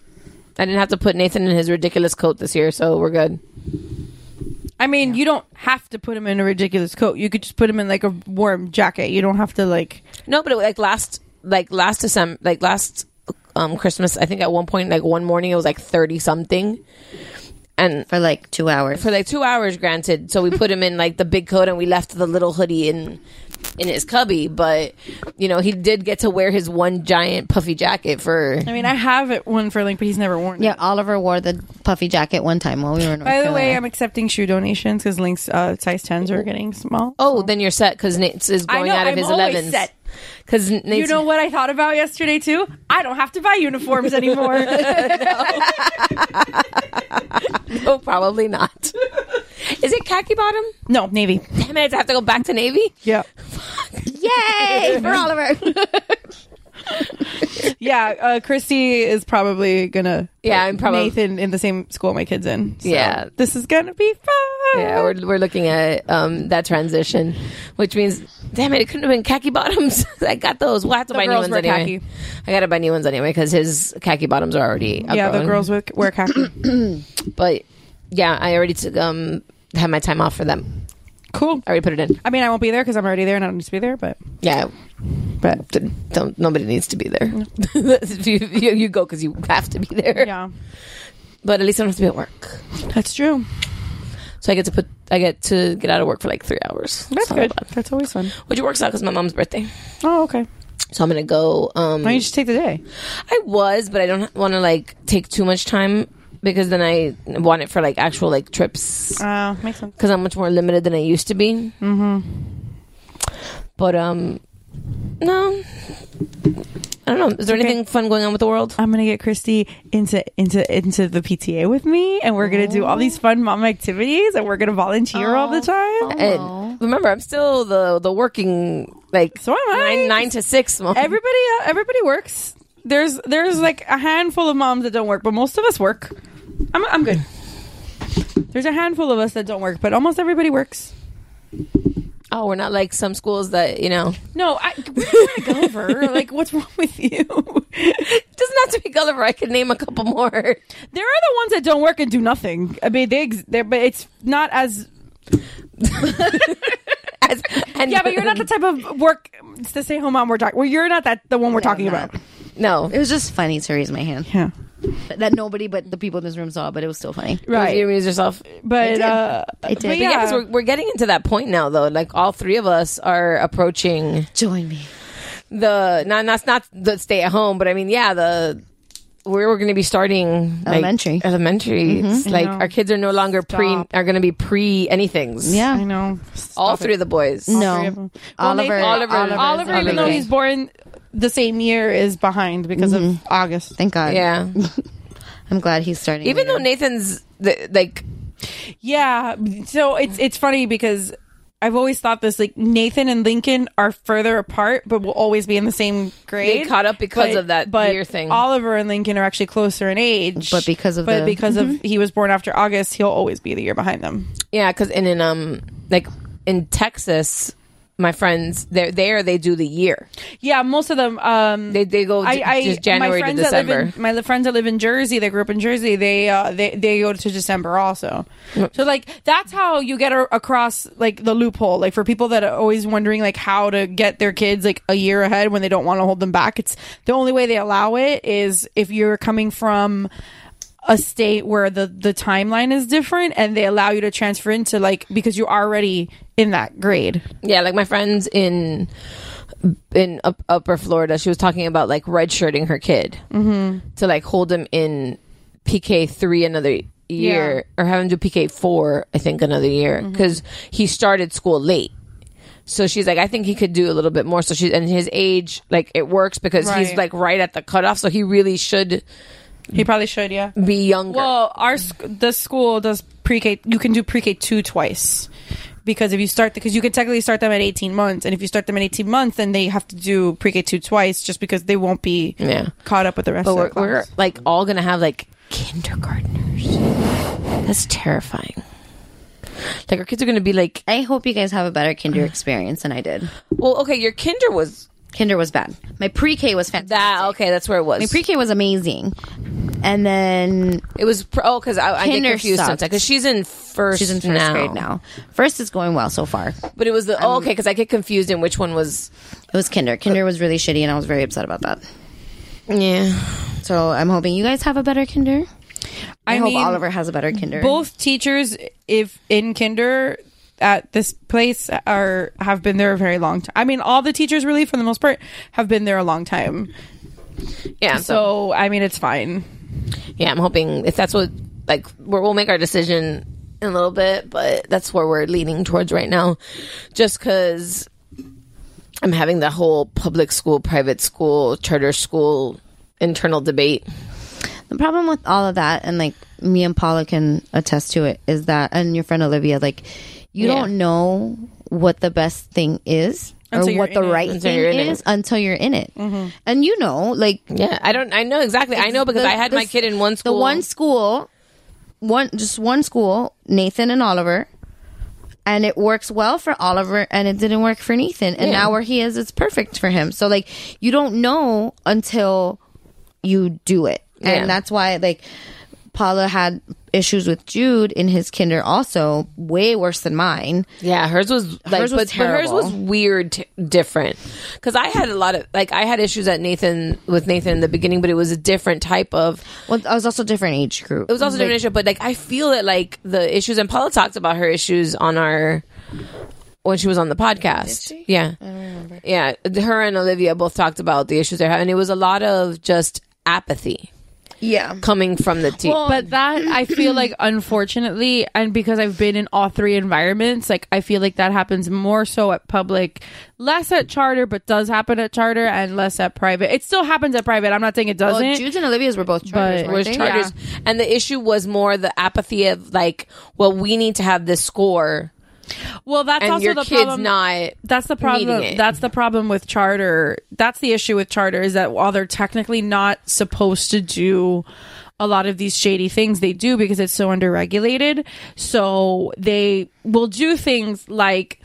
Speaker 6: I didn't have to put Nathan in his ridiculous coat this year, so we're good.
Speaker 7: I mean, you don't have to put him in a ridiculous coat. You could just put him in like a warm jacket. You don't have to like.
Speaker 6: No, but it, like last, like last December, like last um Christmas, I think at one point, like one morning, it was like thirty something, and
Speaker 11: for like two hours.
Speaker 6: For like two hours, granted. So we put him in like the big coat, and we left the little hoodie in in his cubby. But you know, he did get to wear his one giant puffy jacket for.
Speaker 7: I mean, I have it one for like, but he's never worn. it.
Speaker 11: Yeah, Oliver wore the puffy jacket one time while we were in North
Speaker 7: By the way,
Speaker 11: Carolina.
Speaker 7: I'm accepting shoe donations because Link's uh, size tens are getting small.
Speaker 6: Oh, then you're set because Nate's is
Speaker 7: I
Speaker 6: growing
Speaker 7: know,
Speaker 6: out of
Speaker 7: I'm
Speaker 6: his
Speaker 7: always
Speaker 6: elevens.
Speaker 7: set.
Speaker 6: Because
Speaker 7: you know what I thought about yesterday too? I don't have to buy uniforms anymore.
Speaker 6: no, probably not. Is it khaki bottom?
Speaker 7: No, navy.
Speaker 6: Damn it! I have to go back to navy.
Speaker 7: Yeah.
Speaker 11: Yay for Oliver.
Speaker 7: yeah, uh, Christy is probably gonna.
Speaker 6: Yeah,
Speaker 7: put
Speaker 6: I'm probably-
Speaker 7: Nathan in the same school my kids in. So
Speaker 6: Yeah.
Speaker 7: this is gonna be fun.
Speaker 6: Yeah, we're, we're looking at um, that transition, which means, damn it, it couldn't have been khaki bottoms. I got those. We'll have to
Speaker 7: The
Speaker 6: buy new
Speaker 7: girls
Speaker 6: ones
Speaker 7: wear
Speaker 6: anyway.
Speaker 7: khaki.
Speaker 6: I got to buy new ones anyway because his khaki bottoms are already.
Speaker 7: yeah. The
Speaker 6: outgrown.
Speaker 7: girls wear, wear khaki.
Speaker 6: but yeah, I already took um have my time off for them.
Speaker 7: Cool.
Speaker 6: I already put it in.
Speaker 7: I mean, I won't be there because I'm already there and I don't need to be there, but
Speaker 6: Yeah, but d- don't nobody needs to be there. you, you, you go because you have to be there.
Speaker 7: Yeah,
Speaker 6: but at least I don't have to be at work.
Speaker 7: That's true.
Speaker 6: So I get to put I get to get out of work for like three hours.
Speaker 7: that's
Speaker 6: So,
Speaker 7: good. That's always fun.
Speaker 6: Which works out because my mom's birthday.
Speaker 7: Oh, okay.
Speaker 6: So I'm gonna go. Um,
Speaker 7: Why don't you just take the day?
Speaker 6: I was, but I don't want to like take too much time because then I want it for like actual like trips.
Speaker 7: Uh, makes sense.
Speaker 6: Because I'm much more limited than I used to be.
Speaker 7: Mm-hmm.
Speaker 6: But um, no, I don't know. Is there anything fun going on with the world?
Speaker 7: I'm gonna get Christy into into into the PTA with me, and we're gonna do all these fun mom activities, and we're gonna volunteer all the time.
Speaker 6: And remember, I'm still the the working like
Speaker 7: so am I.
Speaker 6: nine, nine to six. Mom.
Speaker 7: Everybody uh, everybody works. There's there's like a handful of moms that don't work, but most of us work. I'm I'm good. There's a handful of us that don't work, but almost everybody works.
Speaker 6: Oh, we're not like some schools that you know.
Speaker 7: No, I, we're not Gulliver. like, what's wrong with you? it
Speaker 6: doesn't have to be Gulliver. I could name a couple more. There are
Speaker 7: the ones that don't work and do nothing. I mean, they ex- they're, but it's not as. yeah, but you're not the type of work. It's the stay home mom we're talking. Well, you're not that the one we're talking about.
Speaker 6: No,
Speaker 11: it was just funny to raise my hand.
Speaker 7: Yeah,
Speaker 11: that nobody but the people in this room saw, but it was still funny.
Speaker 6: Right. You amuse yourself.
Speaker 7: But,
Speaker 11: it did.
Speaker 7: uh,
Speaker 11: it did.
Speaker 6: But yeah, 'cause we're, we're getting into that point now, though. Like all three of us are approaching.
Speaker 11: Join me.
Speaker 6: The not that's not the stay at home, but I mean, yeah, the we're, we're going to be starting like,
Speaker 11: Elementary.
Speaker 6: Elementary,
Speaker 11: Mhm.
Speaker 6: It's like
Speaker 11: I know.
Speaker 6: our kids are no longer pre
Speaker 11: Stop.
Speaker 6: are going to be pre anythings.
Speaker 11: Yeah. I
Speaker 7: know.
Speaker 6: all
Speaker 7: Stop
Speaker 6: three
Speaker 7: it.
Speaker 6: of the boys.
Speaker 11: All No. three of them. Oliver-
Speaker 7: Nathan-
Speaker 11: Oliver-
Speaker 7: Oliver,
Speaker 11: Oliver's
Speaker 7: even though
Speaker 11: Oliver.
Speaker 7: he's born the same year, is behind because of
Speaker 11: Mm-hmm.
Speaker 7: August.
Speaker 11: Thank God.
Speaker 6: Yeah.
Speaker 11: I'm glad he's starting.
Speaker 6: Even though Nathan's the, like
Speaker 7: Yeah, so it's it's funny because I've always thought this like Nathan and Lincoln are further apart, but will always be in the same grade.
Speaker 6: They caught up because
Speaker 7: But-
Speaker 6: of that
Speaker 7: but
Speaker 6: year thing.
Speaker 7: Oliver and Lincoln are actually closer in age,
Speaker 11: But because of
Speaker 7: but
Speaker 11: the-
Speaker 7: because
Speaker 11: Mhm.
Speaker 7: of he was born after August, he'll always be the year behind them.
Speaker 6: Yeah, because and in um like in Texas, my friends there there they do the year.
Speaker 7: Yeah, most of them. Um,
Speaker 6: they they go Oh, j- just January to
Speaker 7: friends that live in-
Speaker 6: December.
Speaker 7: my li- friends that live in Jersey, that grew up in Jersey, they uh, they they go to December also.
Speaker 6: Mm.
Speaker 7: So like that's how you get a- across like the loophole. Like for people that are always wondering like how to get their kids like a year ahead when they don't want to hold them back. It's the only way they allow it is if you're coming from a state where the the timeline is different and they allow you to transfer into like because you're already in that grade.
Speaker 6: Yeah, like my friends in in up, upper Florida, she was talking about like redshirting her kid
Speaker 7: Mhm.
Speaker 6: to like hold him in PK three another year or have him do PK four, I think another year
Speaker 7: Mm-hmm.
Speaker 6: because he started school late. So she's like, I think he could do a little bit more. So she's and his age, like it works because he's
Speaker 7: Right.
Speaker 6: like right at the cutoff. So he really should. Mm.
Speaker 7: He probably should, yeah.
Speaker 6: Be younger.
Speaker 7: Well, our sc- the school does pre K. You can do pre K two twice because if you start because you can technically start them at eighteen months, and if you start them at eighteen months, then they have to do pre K two twice just because they won't be
Speaker 6: Yeah.
Speaker 7: caught up with the rest.
Speaker 6: But
Speaker 7: of
Speaker 6: we're,
Speaker 7: the class.
Speaker 6: we're like all gonna have like kindergartners. That's terrifying. Like our kids are gonna be like.
Speaker 11: I hope you guys have a better kinder experience than I did.
Speaker 6: Well, okay, your kinder was
Speaker 11: kinder was bad. My pre-K was fantastic.
Speaker 6: That Ah, okay, that's where it was.
Speaker 11: My pre-K was amazing, and then
Speaker 6: it was pr- oh because I, I get
Speaker 11: Kinder
Speaker 6: confused
Speaker 11: sucked.
Speaker 6: sometimes because she's in first.
Speaker 11: She's in first
Speaker 6: now.
Speaker 11: grade now. First is going well so far.
Speaker 6: But it was the oh, okay because I get confused in which one was.
Speaker 11: It was kinder. Kinder was really shitty, and I was very upset about that.
Speaker 6: Yeah.
Speaker 11: So I'm hoping you guys have a better kinder.
Speaker 7: I
Speaker 11: I, hope
Speaker 7: mean,
Speaker 11: Oliver has a better kinder.
Speaker 7: Both teachers, if in kinder at this place, are have been there a very long time. I mean, all the teachers, really, for the most part, have been there a long time.
Speaker 6: Yeah, so-
Speaker 7: So I mean, it's fine.
Speaker 6: Yeah, I'm hoping if that's what like we're, we'll make our decision in a little bit, but that's where we're leaning towards right now, just because I'm having the whole public school, private school, charter school internal debate.
Speaker 11: The problem with all of that, and like me and Paula can attest to it, is that, and your friend Olivia, like, you
Speaker 6: Yeah.
Speaker 11: don't know what the best thing is
Speaker 6: Until
Speaker 11: or
Speaker 6: you're
Speaker 11: what the
Speaker 6: in it.
Speaker 11: right
Speaker 6: Until
Speaker 11: thing
Speaker 6: you're in it. Mm-hmm.
Speaker 11: is until you're in it. And you know, like,
Speaker 6: Yeah, I don't. I know exactly. I know because
Speaker 11: the-
Speaker 6: I had my
Speaker 11: this-
Speaker 6: kid in one school.
Speaker 11: The one school, one just one school, Nathan and Oliver, and it works well for Oliver, and it didn't work for Nathan. And
Speaker 6: Yeah.
Speaker 11: now where he is, it's perfect for him. So like, you don't know until you do it,
Speaker 6: Yeah.
Speaker 11: and that's why like Paula had issues with Jude in his kinder also way worse than mine.
Speaker 6: Yeah, hers was like,
Speaker 11: hers was
Speaker 6: but, but hers
Speaker 11: terrible.
Speaker 6: was weird, t- different. Because I had a lot of like, I had issues at Nathan with Nathan in the beginning, but it was a different type of.
Speaker 11: Well, I was also different age group.
Speaker 6: It was also a different issue, but like I feel that like the issues and Paula talked about her issues on our when she was on the podcast. Yeah, I remember. Yeah, her and Olivia both talked about the issues they're having. It was a lot of just apathy.
Speaker 11: Yeah,
Speaker 6: coming from the team.
Speaker 7: but that I feel like, unfortunately, and because I've been in all three environments, like I feel like that happens more so at public, less at charter, but does happen at charter, and less at private. It still happens at private. I'm not saying it
Speaker 11: Well,
Speaker 7: doesn't.
Speaker 11: Jude's and Olivia's were both charters,
Speaker 7: But-
Speaker 11: weren't
Speaker 6: was
Speaker 11: they?
Speaker 6: charters, and the issue was more the apathy of like, well, we need to have this score.
Speaker 7: Well, that's
Speaker 6: and
Speaker 7: also
Speaker 6: your
Speaker 7: the
Speaker 6: kids
Speaker 7: problem.
Speaker 6: not.
Speaker 7: that's the
Speaker 6: meeting
Speaker 7: problem.
Speaker 6: it.
Speaker 7: That's the problem with charter. That's the issue with charter is that while they're technically not supposed to do a lot of these shady things, they do because it's so underregulated. So they will do things like,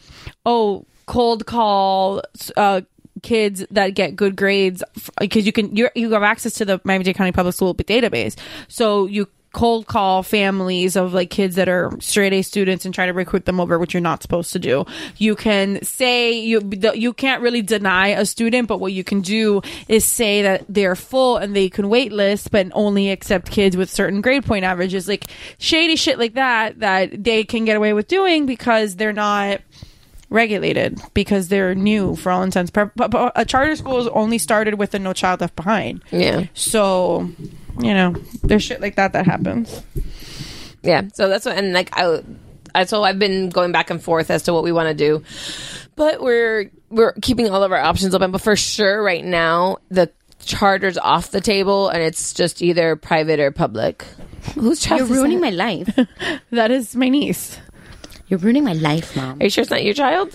Speaker 7: oh, cold call. Uh, kids that get good grades because you can you're, you have access to the Miami-Dade County Public School database so you cold call families of like kids that are straight A students and try to recruit them over, which you're not supposed to do. You can say you the- you can't really deny a student, but what you can do is say that they're full and they can wait list, but only accept kids with certain grade point averages, like shady shit like that that they can get away with doing because they're not regulated because they're new for all intents. But a charter school is only started with a No Child Left Behind.
Speaker 6: Yeah.
Speaker 7: So, you know, there's shit like that that happens.
Speaker 6: Yeah. So that's what, and like I, I so I've been going back and forth as to what we want to do, but we're we're keeping all of our options open. But for sure, right now the charter's off the table, and it's just either private or public. Who's
Speaker 11: You're ruining my life.
Speaker 7: that is my niece.
Speaker 11: You're ruining my life, mom.
Speaker 6: Are you sure it's not your child?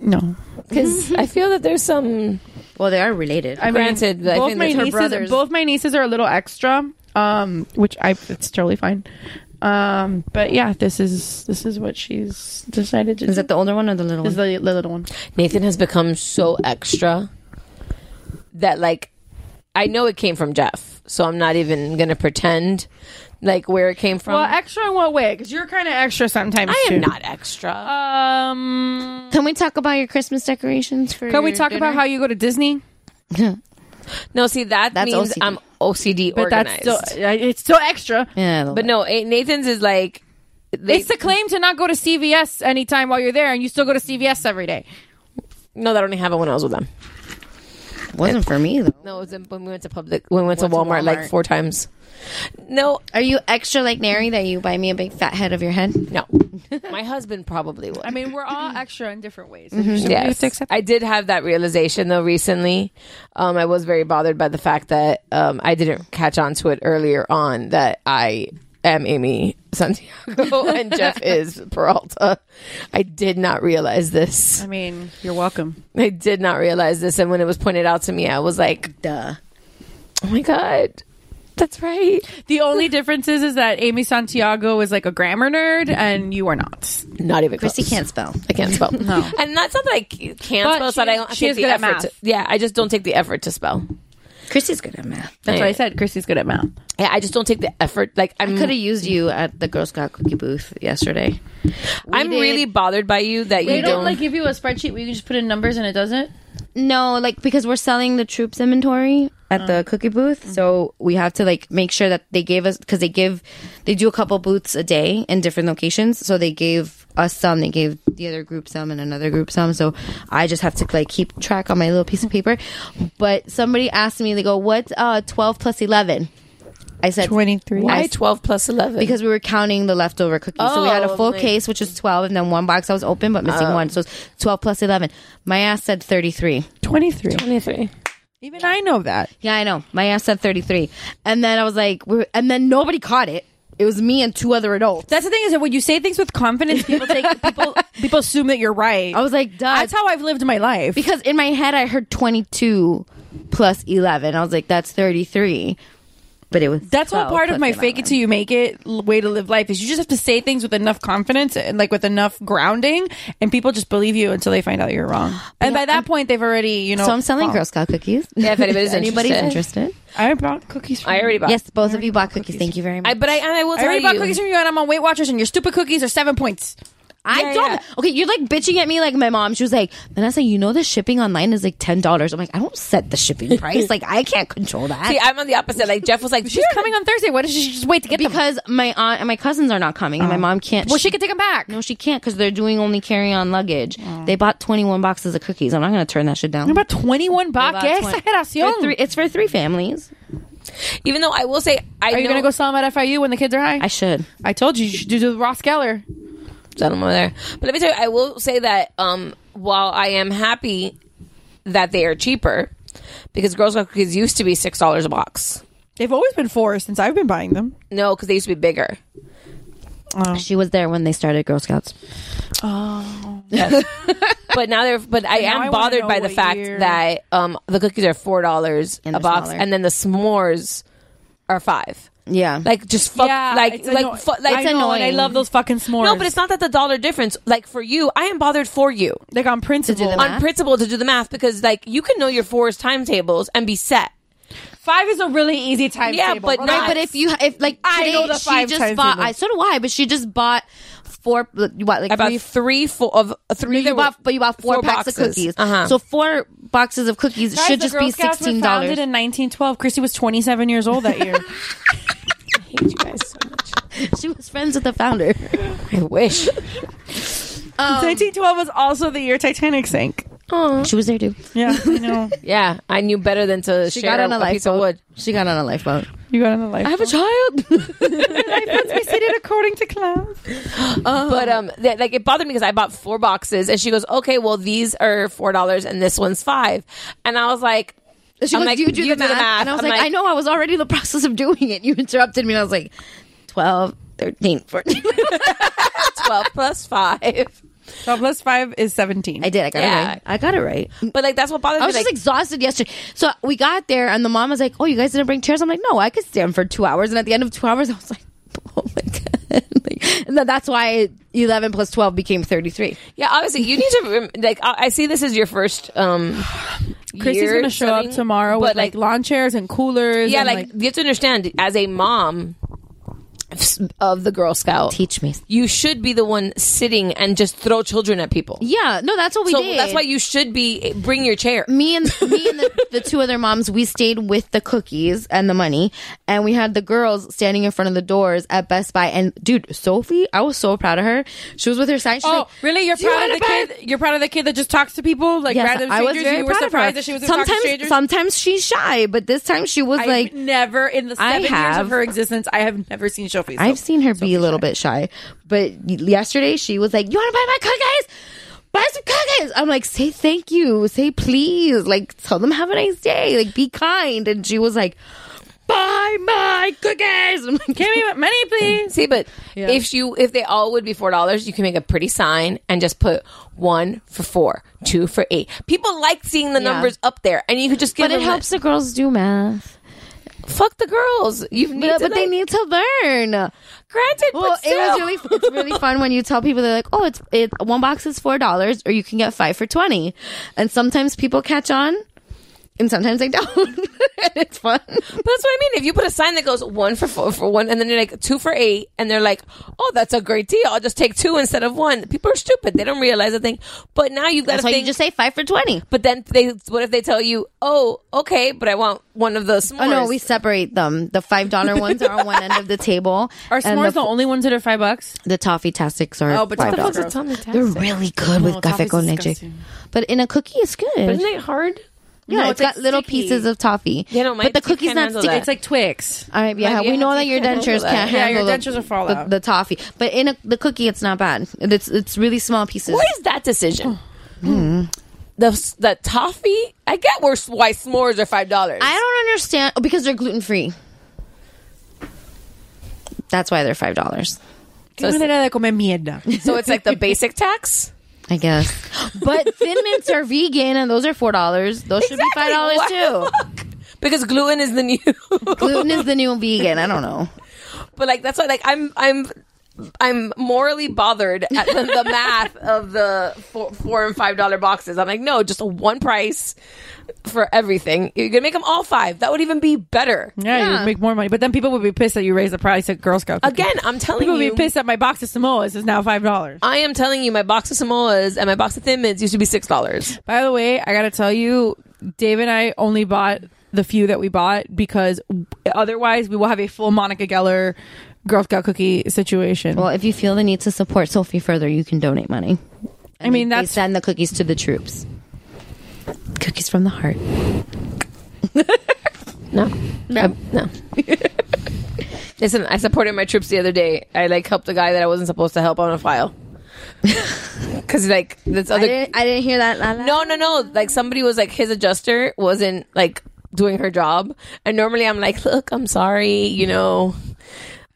Speaker 7: No.
Speaker 6: Because I feel that there's some.
Speaker 11: Well, they are related.
Speaker 7: I mean,
Speaker 6: Granted, I
Speaker 7: both
Speaker 6: think
Speaker 7: my
Speaker 6: that's her
Speaker 7: nieces,
Speaker 6: brothers.
Speaker 7: both my nieces are a little extra, um, which I it's totally fine. Um, but yeah, this is this is what she's decided to. Is that
Speaker 11: the older one or the little
Speaker 7: Is the little one?
Speaker 6: Nathan has become so extra that like I know it came from Jeff, so I'm not even gonna pretend like where it came from.
Speaker 7: Well, extra in what way? Because you're kind of extra sometimes.
Speaker 6: I am
Speaker 7: too.
Speaker 6: not extra.
Speaker 7: Um,
Speaker 11: Can we talk about your Christmas decorations for?
Speaker 7: Can we talk about how you go to Disney?
Speaker 6: no, see that
Speaker 7: That's
Speaker 6: means
Speaker 7: OCD.
Speaker 6: I'm OCD
Speaker 7: But
Speaker 6: organized.
Speaker 7: that's still uh, it's still extra.
Speaker 11: Yeah,
Speaker 6: but no, eh, Nathan's is like
Speaker 7: it's the claim to not go to CVS anytime while you're there, and you still go to CVS every day.
Speaker 6: no, that only happened when I was with them.
Speaker 11: Wasn't for me though.
Speaker 6: No, it was in- when we went to public, when we went to Walmart, like four times. No,
Speaker 11: are you extra like Nary that you buy me a big fat head of your head?
Speaker 6: No, My husband probably would.
Speaker 7: I mean, we're all extra in different ways.
Speaker 6: Yes. I did have that realization though recently. Um, I was very bothered by the fact that um, I didn't catch on to it earlier on that I am Amy Santiago and Jeff is Peralta. I did not realize this.
Speaker 7: I mean, you're welcome.
Speaker 6: I did not realize this. And when it was pointed out to me, I was like,
Speaker 11: duh.
Speaker 6: Oh my God. That's right.
Speaker 7: The only difference is, is that Amy Santiago is like a grammar nerd, and you are not.
Speaker 6: Not even
Speaker 11: Chrissy
Speaker 6: close.
Speaker 11: can't spell.
Speaker 6: I can't spell.
Speaker 7: No.
Speaker 6: And that's not that I c- can't
Speaker 7: But
Speaker 6: spell, it's
Speaker 7: she
Speaker 6: that I
Speaker 7: is-
Speaker 6: don't
Speaker 7: she
Speaker 6: take
Speaker 7: is
Speaker 6: the
Speaker 7: good at
Speaker 6: effort. To,
Speaker 7: math.
Speaker 6: yeah, I just don't take the effort to spell.
Speaker 11: Chrissy's good at math.
Speaker 7: That's what I said. Chrissy's good at math.
Speaker 6: Yeah, I just don't take the effort. Like I'm,
Speaker 11: I could have used you at the Girl Scout cookie booth yesterday.
Speaker 6: I'm really bothered by you that you don't.
Speaker 7: give you a spreadsheet where you can just put in numbers and it does it.
Speaker 11: No, like because we're selling the troops inventory at
Speaker 6: Oh.
Speaker 11: the cookie booth, so
Speaker 6: Mm-hmm.
Speaker 11: we have to like make sure that they gave us because they give they do a couple booths a day in different locations. So they gave us some, they gave the other group some, and another group some. So I just have to like keep track on my little piece of paper. But somebody asked me, they go, "What's uh twelve plus 11? I said
Speaker 7: 23.
Speaker 6: Why 12 plus 11?
Speaker 11: Because we were counting the leftover cookies. so we had
Speaker 6: Oh,
Speaker 11: a full
Speaker 6: like-
Speaker 11: case, which is 12, and then one box that was open but missing
Speaker 6: Oh.
Speaker 11: one. So it's 12 plus 11. My ass said 33.
Speaker 7: 23.
Speaker 6: 23.
Speaker 7: Even I know that.
Speaker 11: Yeah, I know. My ass said 33. And then I was like, we're, and then nobody caught it. It was me and two other adults.
Speaker 7: That's the thing is that when you say things with confidence, people take people people assume that you're right.
Speaker 11: I was like, duh. That's
Speaker 7: how I've lived my life.
Speaker 11: Because in my head, I heard 22 plus 11. I was like, that's 33. But it was
Speaker 7: That's all
Speaker 11: 12
Speaker 7: part of
Speaker 11: plus
Speaker 7: my
Speaker 11: an
Speaker 7: fake it till you make it l- way to live life is you just have to say things with enough confidence and like with enough grounding, and people just believe you until they find out you're wrong. and by that point, they've already you know.
Speaker 11: so I'm selling
Speaker 7: fallen.
Speaker 11: Girl Scout cookies.
Speaker 7: Yeah, if anybody's
Speaker 11: anybody's
Speaker 7: interested.
Speaker 11: interested.
Speaker 7: I bought cookies. From
Speaker 6: I already bought.
Speaker 11: Yes, both of you bought cookies. Thank you very much.
Speaker 6: I, but I and I will
Speaker 7: I
Speaker 6: tell
Speaker 7: already
Speaker 6: you.
Speaker 7: bought cookies from you, and I'm on Weight Watchers, and your stupid cookies are seven points.
Speaker 11: I
Speaker 7: Yeah,
Speaker 11: don't.
Speaker 7: yeah.
Speaker 11: Okay, you're like bitching at me like my mom. She was like, Vanessa, you know the shipping online is like ten dollars. I'm like, I don't set the shipping price. like I can't control that.
Speaker 6: See, I'm on the opposite. Like Jeff was like, she's
Speaker 7: coming on Thursday. Why does she just wait to get Oh.
Speaker 11: because my aunt and my cousins are not coming, and my mom can't.
Speaker 7: Well, she can take them back.
Speaker 11: No, she can't because they're doing only carry on luggage. They bought 21 boxes of cookies. I'm not going to turn that shit down.
Speaker 7: about 21
Speaker 11: boxes? It's for three families.
Speaker 6: Even though I will say, I
Speaker 7: are you
Speaker 6: know-
Speaker 7: gonna go sell them at FIU when the kids are high? I
Speaker 11: should.
Speaker 7: I told you you should do the Ross Geller.
Speaker 6: Sell them over there. But let me tell you, I will say that um, while I am happy that they are cheaper, because Girl Scout cookies used to be six dollars a box.
Speaker 7: They've always been four since I've been buying them.
Speaker 6: No, because they used to be bigger.
Speaker 11: She was there when they started Girl Scouts.
Speaker 6: Oh. but now they're. But I
Speaker 7: Now
Speaker 6: am
Speaker 7: I wanna
Speaker 6: bothered
Speaker 7: know
Speaker 6: by the
Speaker 7: what
Speaker 6: fact
Speaker 7: year.
Speaker 6: that um, the cookies are four dollars a
Speaker 11: they're
Speaker 6: box,
Speaker 11: smaller.
Speaker 6: and then the s'mores are five.
Speaker 11: Yeah,
Speaker 6: Like just fuck,
Speaker 7: Yeah,
Speaker 6: like
Speaker 7: it's
Speaker 6: like
Speaker 7: anno-
Speaker 6: fu- like
Speaker 7: I know, and I love those fucking s'mores.
Speaker 6: No, but it's not that the dollar difference. Like for you, I am bothered for you.
Speaker 7: Like on principle,
Speaker 11: the
Speaker 6: on
Speaker 11: math?
Speaker 6: principle to do the math because like you can know your fours timetables and be set.
Speaker 7: Five is a really easy time.
Speaker 6: Yeah, but
Speaker 11: Right, but if you if like
Speaker 7: I
Speaker 11: today
Speaker 7: know the
Speaker 11: she
Speaker 7: five
Speaker 11: just
Speaker 7: times
Speaker 11: bought.
Speaker 7: table.
Speaker 11: I so do I, but she just bought four. What like
Speaker 6: I bought
Speaker 11: three,
Speaker 6: three full of three.
Speaker 11: You bought, but you bought four,
Speaker 6: four
Speaker 11: packs of
Speaker 6: boxes.
Speaker 11: cookies.
Speaker 6: Uh-huh.
Speaker 11: So four boxes of cookies
Speaker 7: Guys,
Speaker 11: should
Speaker 7: the
Speaker 11: just
Speaker 7: Girl
Speaker 11: be
Speaker 7: Scouts were
Speaker 11: sixteen
Speaker 7: founded
Speaker 11: dollars.
Speaker 7: in 1912. Christy was 27 years old that year.
Speaker 6: hate you guys so much.
Speaker 11: she was friends with the founder.
Speaker 6: I wish.
Speaker 11: Um,
Speaker 7: 1912 was also the year Titanic sank.
Speaker 6: Oh,
Speaker 11: She was there too.
Speaker 7: Yeah, I know.
Speaker 6: yeah, I knew better than to
Speaker 11: She
Speaker 6: share
Speaker 11: got on a,
Speaker 6: a, piece of
Speaker 11: lifeboat.
Speaker 6: wood.
Speaker 11: She got on a lifeboat.
Speaker 7: You got on the life.
Speaker 6: I have a child,
Speaker 7: That's seated according to class.
Speaker 11: Oh.
Speaker 6: but um, that like it bothered me because I bought four boxes, and she goes, "Okay, well these are four dollars, and this one's five. and I was like,
Speaker 11: She
Speaker 6: I'm
Speaker 11: goes,
Speaker 6: like,
Speaker 11: "You do, the, math. And I was
Speaker 6: I'm
Speaker 11: like, I know I was already in the process of doing it. You interrupted me, and I was like, 12, 13, 14.
Speaker 6: 12 plus 5.
Speaker 7: 12 plus 5 is 17.
Speaker 11: I did. I got
Speaker 6: Yeah.
Speaker 11: it right. I got it right.
Speaker 6: But like that's what bothered me.
Speaker 11: I was
Speaker 6: Like,
Speaker 11: just exhausted yesterday. So we got there, and the mom was like, "Oh, you guys didn't bring chairs." I'm like, "No, I could stand for two hours." And at the end of two hours, I was like, "Oh my god!" Like, and then that's why 11 plus 12 became 33.
Speaker 6: yeah, obviously you need to rem- like I, I see this as your first um
Speaker 7: Christy's
Speaker 6: year
Speaker 7: gonna show
Speaker 6: setting,
Speaker 7: up tomorrow
Speaker 6: but
Speaker 7: with like, lawn chairs and coolers.
Speaker 6: yeah,
Speaker 7: and,
Speaker 6: like, you have to understand as a mom of the Girl Scout,
Speaker 11: Teach me.
Speaker 6: you should be the one sitting and just throw children at people.
Speaker 11: Yeah, no, that's what we
Speaker 6: so
Speaker 11: did. Mm.
Speaker 6: that's why you should be bring your chair.
Speaker 11: me and me and the, the two other moms we stayed with the cookies and the money and we had the girls standing in front of the doors at best buy and dude sophie i was so proud of her she was with her sign she's
Speaker 7: Oh,
Speaker 11: like,
Speaker 7: really? You're
Speaker 11: "Do you
Speaker 7: proud of
Speaker 11: wanna
Speaker 7: the
Speaker 11: buy-"
Speaker 7: kid? You're proud of the kid that just talks to people like
Speaker 11: Yes,
Speaker 7: random
Speaker 11: I
Speaker 7: strangers.
Speaker 11: was very
Speaker 7: you were
Speaker 11: proud of her.
Speaker 7: surprised that she was gonna talk to
Speaker 11: Sometimes,
Speaker 7: strangers.
Speaker 11: sometimes she's shy, but this time she was
Speaker 7: I've
Speaker 11: like,
Speaker 7: never in the
Speaker 11: I
Speaker 7: seven years
Speaker 11: have-
Speaker 7: of her existence, I have never seen Sophie.
Speaker 11: I've seen her be a little bit shy, but y- yesterday she was like, "You want to buy my cookies? Buy some cookies." I'm like, "Say thank you, say please, like tell them have a nice day, like be kind." And she was like, "Buy my cookies." I'm like,
Speaker 7: Give me money, please.
Speaker 6: See, but if you if they all would be four dollars, you can make a pretty sign and just put one for four, two for eight. People like seeing the
Speaker 11: Yeah.
Speaker 6: numbers up there, and you could just give.
Speaker 11: but it
Speaker 6: them that-
Speaker 11: helps the girls do math.
Speaker 6: Fuck the girls. You need
Speaker 11: But,
Speaker 6: to,
Speaker 11: but they
Speaker 6: like-
Speaker 11: need to learn.
Speaker 6: granted.
Speaker 11: Well,
Speaker 6: but
Speaker 11: it was
Speaker 6: still.
Speaker 11: really it's really fun when you tell people they're like, oh, it's it one box is four dollars, or you can get five for twenty. And sometimes people catch on, and sometimes they don't. and it's fun.
Speaker 6: But that's what I mean. If you put a sign that goes one for four for one, and then you're like two for eight, and they're like, "Oh, that's a great deal. I'll just take two instead of one." People are stupid. They don't realize the thing. But now you've got
Speaker 11: That's
Speaker 6: to
Speaker 11: why you
Speaker 6: think.
Speaker 11: just say five for twenty.
Speaker 6: but then they, what if they tell you, "Oh, okay, but I want one of the s'mores."
Speaker 11: Oh no, we separate them. The five dollar ones are on one end of the table.
Speaker 7: Are
Speaker 11: and
Speaker 7: s'mores the, only ones that are five bucks?
Speaker 11: the toffee tastics are
Speaker 7: Oh, but
Speaker 11: five
Speaker 7: what the fuck's
Speaker 11: dollars.
Speaker 7: a Toffee-tastic?
Speaker 11: They're really good with
Speaker 7: No,
Speaker 11: café
Speaker 7: toffee's
Speaker 11: con leche.
Speaker 7: disgusting.
Speaker 11: But in a cookie, it's good.
Speaker 6: But isn't it hard?
Speaker 11: yeah,
Speaker 7: No,
Speaker 11: it's
Speaker 7: it's, like,
Speaker 11: got little
Speaker 7: sticky.
Speaker 11: pieces of toffee.
Speaker 6: You know, my
Speaker 11: but the
Speaker 6: teeth
Speaker 11: cookie's
Speaker 6: can't
Speaker 11: not
Speaker 6: handle
Speaker 11: sticky.
Speaker 6: that.
Speaker 7: It's like Twix.
Speaker 11: All right, yeah,
Speaker 6: Like,
Speaker 11: we
Speaker 6: yeah,
Speaker 11: know that
Speaker 6: you
Speaker 11: your
Speaker 6: can't handle
Speaker 11: dentures
Speaker 6: that.
Speaker 11: can't
Speaker 7: Yeah, your
Speaker 11: handle the-
Speaker 7: dentures will fall
Speaker 11: the,
Speaker 7: out.
Speaker 11: the toffee, but in a, the cookie, it's not bad. It's it's really small pieces.
Speaker 6: What is that decision?
Speaker 11: Hmm.
Speaker 6: The the toffee. I get where why s'mores are five dollars.
Speaker 11: I don't understand oh, because they're gluten free. That's why they're five dollars,
Speaker 7: Qué manera de comer mierda.
Speaker 6: So it's like the basic tax.
Speaker 11: I guess. But thin mints are vegan, and those are four dollars. Those should be five dollars too.
Speaker 6: too. because gluten is the new
Speaker 11: gluten is the new vegan. I don't know.
Speaker 6: But like that's why like I'm I'm I'm morally bothered at the, the math of the four, four and five dollar boxes. I'm like, no, just a one price for everything. You're gonna make them all five. That would even be better.
Speaker 7: Yeah, you make more money, but then people would be pissed that you raised the price at Girl Scout. cookies.
Speaker 6: Again, I'm telling
Speaker 7: people
Speaker 6: you-
Speaker 7: would be pissed that my box of Samoas is now five dollars.
Speaker 6: I am telling you, my box of Samoas and my box of Thin Mints used to be six dollars.
Speaker 7: By the way, I gotta tell you, Dave and I only bought the few that we bought because otherwise we will have a full Monica Geller Girl Scout cookie situation.
Speaker 11: Well, if you feel the need to support Sophie further, you can donate money. I mean, that's they send the cookies to the troops. Cookies from the heart.
Speaker 6: No. No. no. Listen, I supported my troops the other day. I like helped a guy that I wasn't supposed to help on a file. Cause like this other, I
Speaker 11: didn't, I didn't hear that.
Speaker 6: No, no, no. Like somebody was like his adjuster wasn't like doing her job, and normally I'm like, look, I'm sorry, you know,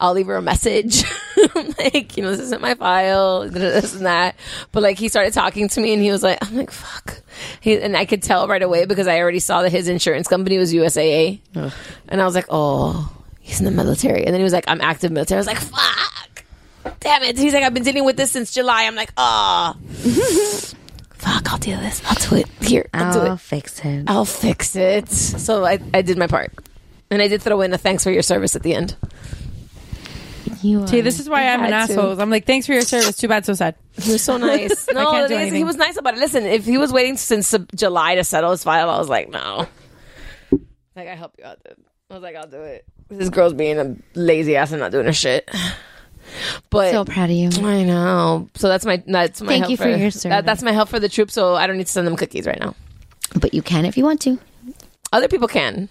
Speaker 6: I'll leave her a message, I'm like you know, this isn't my file, this and that. But like he started talking to me, and he was like, I'm like, fuck, he, and I could tell right away because I already saw that his insurance company was USAA, and I was like, oh, he's in the military, and then he was like, I'm active military. I was like, fuck. Damn it. He's like, I've been dealing with this since July. I'm like, ah. Fuck, I'll deal with this. I'll do it. Here, I'll, do
Speaker 11: I'll
Speaker 6: it. Uh,
Speaker 11: fix it.
Speaker 6: I'll fix it. So I, I did my part. And I did throw in a thanks for your service at the end.
Speaker 11: You
Speaker 7: See, this is why I'm an
Speaker 6: had to.
Speaker 7: asshole. I'm like, thanks for your service. Too bad, so sad.
Speaker 6: He was so nice. No, the thing is, he was nice about it. Listen, if he was waiting since uh, July to settle his file, I was like, no. Like, I help you out. Dude. I was like, I'll do it. This girl's being a lazy ass and not doing her shit. But
Speaker 11: so proud of you.
Speaker 6: I know. So that's my that's my
Speaker 11: Thank
Speaker 6: help
Speaker 11: you for your
Speaker 6: that- that's my help for the troop. So I don't need to send them cookies right now.
Speaker 11: But you can if you want to.
Speaker 6: Other people can.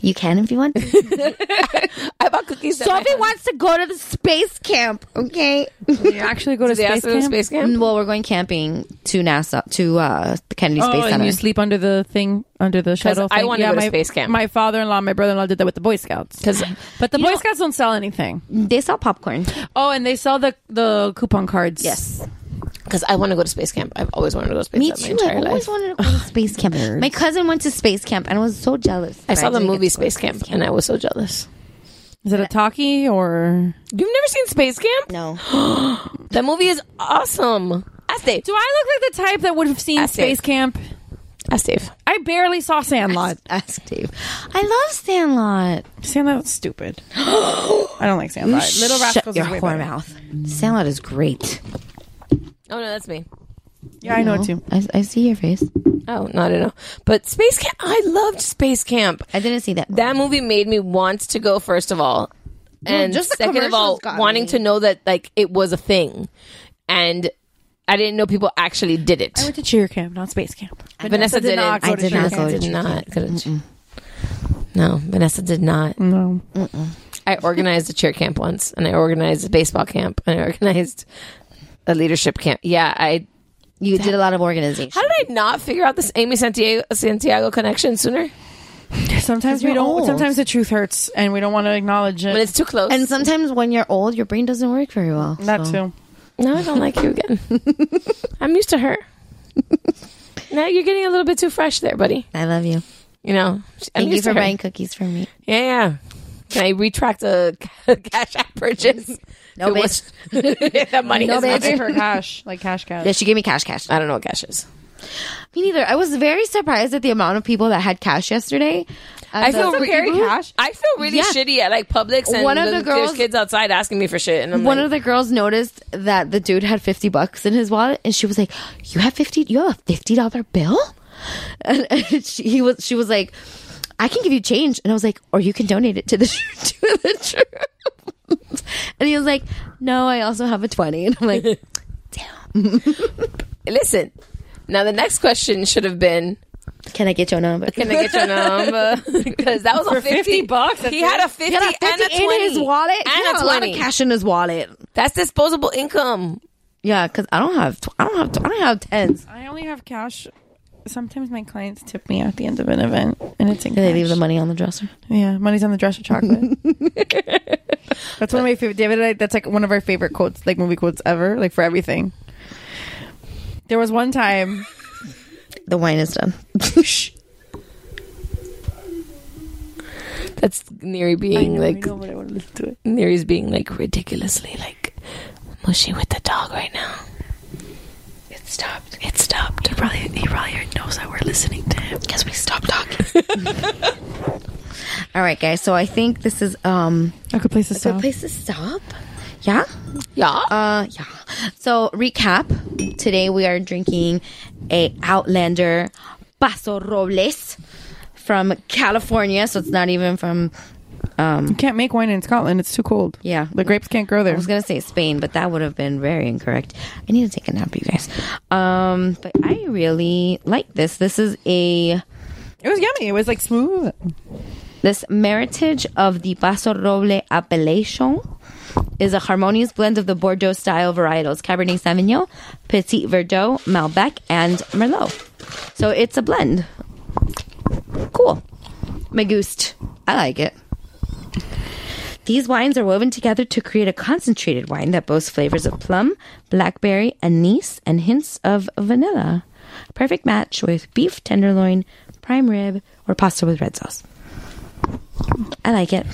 Speaker 11: You can if you want. to.
Speaker 6: I bought cookies. that my
Speaker 11: Sophie wants to go to the space camp. Okay.
Speaker 7: You actually go to
Speaker 6: they ask space you to camp? space camp?
Speaker 11: Well, we're going camping to NASA to uh, the Kennedy
Speaker 7: Oh,
Speaker 11: Space
Speaker 7: and
Speaker 11: Center.
Speaker 7: you sleep under the thing under the shuttle.
Speaker 6: I
Speaker 7: thing.
Speaker 6: wanna go to
Speaker 7: my,
Speaker 6: space camp.
Speaker 7: My father-in-law, my brother-in-law did that with the Boy Scouts. but the Boy Scouts don't sell anything.
Speaker 11: They sell popcorn.
Speaker 7: Oh, and they sell the the coupon cards.
Speaker 11: Yes.
Speaker 6: Because I want to go to space camp. I've always wanted to go to space
Speaker 11: Me
Speaker 6: camp
Speaker 11: too.
Speaker 6: my
Speaker 11: I
Speaker 6: entire
Speaker 11: always
Speaker 6: life.
Speaker 11: wanted to go to space camp. My cousin went to space camp and I was so jealous.
Speaker 6: I saw the
Speaker 11: didn't get
Speaker 6: movie
Speaker 11: to go to
Speaker 6: Space Camp, and I was so jealous.
Speaker 7: Is it a talkie or?
Speaker 6: You've never seen Space Camp?
Speaker 11: No.
Speaker 6: that movie is awesome. I Dave.
Speaker 7: Do I look like the type that would have seen Space Camp?
Speaker 6: Ask Dave.
Speaker 7: I barely saw Sandlot.
Speaker 11: Ask, Dave. I love Sandlot.
Speaker 7: Sandlot's stupid. I don't like Sandlot.
Speaker 11: You
Speaker 7: Little Rascals
Speaker 11: Shut your
Speaker 7: is way better.
Speaker 11: whore mouth. Sandlot is great.
Speaker 6: Oh no, that's me.
Speaker 7: Yeah, I know
Speaker 11: No,
Speaker 7: it too.
Speaker 11: I, I see your face.
Speaker 6: Oh no, I don't know. But Space Camp, I loved Space Camp.
Speaker 11: I didn't see that.
Speaker 6: That movie made me want to go. First of all,
Speaker 11: Dude,
Speaker 6: and
Speaker 11: just the
Speaker 6: second of all,
Speaker 11: commercials got
Speaker 6: wanting
Speaker 11: me.
Speaker 6: to know that like it was a thing, and I didn't know people actually did it.
Speaker 7: I went to cheer camp, not space camp.
Speaker 6: Vanessa didn't.
Speaker 7: go
Speaker 6: I
Speaker 7: to
Speaker 6: did
Speaker 7: cheer
Speaker 6: not
Speaker 7: camp.
Speaker 6: go to Did cheer not camp. go to cheer- No, Vanessa did not.
Speaker 7: No.
Speaker 6: I organized a cheer camp once, and I organized a baseball camp, and I organized a leadership camp. Yeah, I.
Speaker 11: You did a lot of organization.
Speaker 6: How did I not figure out this Amy Santiago Santiago connection sooner?
Speaker 7: Sometimes we
Speaker 11: you're
Speaker 7: don't.
Speaker 11: old.
Speaker 7: Sometimes the truth hurts, and we don't want to acknowledge it.
Speaker 6: When it's too close.
Speaker 11: And sometimes when you're old, your brain doesn't work very well.
Speaker 7: that
Speaker 11: so.
Speaker 7: too.
Speaker 6: No, I don't like you again. I'm used to her. now you're getting a little bit too fresh there, buddy.
Speaker 11: I love you.
Speaker 6: You know, I'm
Speaker 11: Thank you
Speaker 6: used
Speaker 11: for
Speaker 6: to her.
Speaker 11: buying cookies for me.
Speaker 6: Yeah, yeah. Can I retract a ca- cash app purchase?
Speaker 11: No,
Speaker 6: It was- that money
Speaker 11: No,
Speaker 6: is
Speaker 11: babe.
Speaker 6: not there.
Speaker 7: For cash, like cash cash.
Speaker 11: Yeah, she gave me cash, cash.
Speaker 6: I don't know what cash is.
Speaker 11: Me neither. I was very surprised at the amount of people that had cash yesterday.
Speaker 6: I feel re- I feel really
Speaker 11: Yeah.
Speaker 6: shitty at like Publix and
Speaker 11: One of
Speaker 6: the,
Speaker 11: the girls-
Speaker 6: there's kids outside asking me for shit, and I'm
Speaker 11: One
Speaker 6: like,
Speaker 11: of the girls noticed that the dude had fifty bucks in his wallet, and she was like, "You have fifty? You have a fifty dollar bill?" And, and she, he was, she was like, "I can give you change," and I was like, "Or you can donate it to the to the troops." And he was like, "No, I also have a 20. And I'm like,
Speaker 6: listen. Now the next question should have been,
Speaker 11: "Can I get your number?
Speaker 6: can I get your number? Because that was
Speaker 7: For
Speaker 6: a 50,
Speaker 7: 50 bucks, that's
Speaker 6: He had
Speaker 7: it.
Speaker 6: a 50,
Speaker 11: He had a
Speaker 6: and a
Speaker 11: 50 in
Speaker 6: 20
Speaker 11: his wallet.
Speaker 6: and
Speaker 11: He had
Speaker 6: a 20.
Speaker 11: a lot of cash in his wallet.
Speaker 6: That's disposable income.
Speaker 11: Yeah, because I don't have, tw- I don't have, tw- I don't have tens.
Speaker 7: I only have cash. Sometimes my clients tip me at the end of an event, and it's in
Speaker 11: Do they leave
Speaker 7: cash.
Speaker 11: the money on the dresser?
Speaker 7: Yeah, money's on the dresser chocolate. that's one of my favorite. David, and I, that's like one of our favorite quotes, like movie quotes ever, like for everything. There was one time.
Speaker 11: The wine is done.
Speaker 6: That's Neri being
Speaker 9: know, I
Speaker 6: like
Speaker 9: know, but I wanna listen to it.
Speaker 6: Neri's being like ridiculously like mushy with the dog right now.
Speaker 9: It stopped. It stopped. He probably, he probably knows that we're listening to him because we stopped talking.
Speaker 11: All right, guys. So I think this is um
Speaker 9: a good place to
Speaker 11: A
Speaker 9: stop.
Speaker 11: good place to stop. Yeah. Yeah. Uh, yeah. So recap. Today we are drinking a Outlander Paso Robles from California. So it's not even from. Um,
Speaker 9: you can't make wine in Scotland. It's too cold.
Speaker 11: Yeah.
Speaker 9: The grapes can't grow there.
Speaker 11: I was gonna say Spain, but that would have been very incorrect. I need to take a nap, you guys. Um, but I really like this. This is a.
Speaker 9: It was yummy. It was like smooth.
Speaker 11: This meritage of the Paso Roble appellation is a harmonious blend of the Bordeaux style varietals Cabernet Sauvignon, Petit Verdot, Malbec, and Merlot. So it's a blend. Cool. Magoost. I like it. These wines are woven together to create a concentrated wine that boasts flavors of plum, blackberry, anise, and hints of vanilla. Perfect match with beef tenderloin, prime rib, or pasta with red sauce. I like it.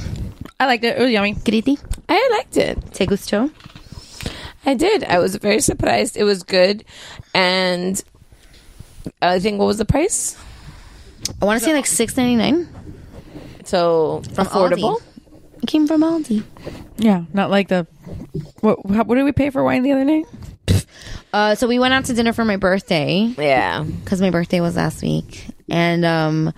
Speaker 9: I liked it. It was yummy.
Speaker 11: Griti?
Speaker 6: I liked it.
Speaker 11: Te gustó?
Speaker 6: I did. I was very surprised. It was good. And I think, what was the price?
Speaker 11: I want to say like six ninety nine.
Speaker 6: So affordable.
Speaker 11: It came from Aldi.
Speaker 9: Yeah, not like the. What how, what did we pay for wine the other night?
Speaker 11: Uh, so we went out to dinner for my birthday.
Speaker 6: Yeah,
Speaker 11: because my birthday was last week, and um,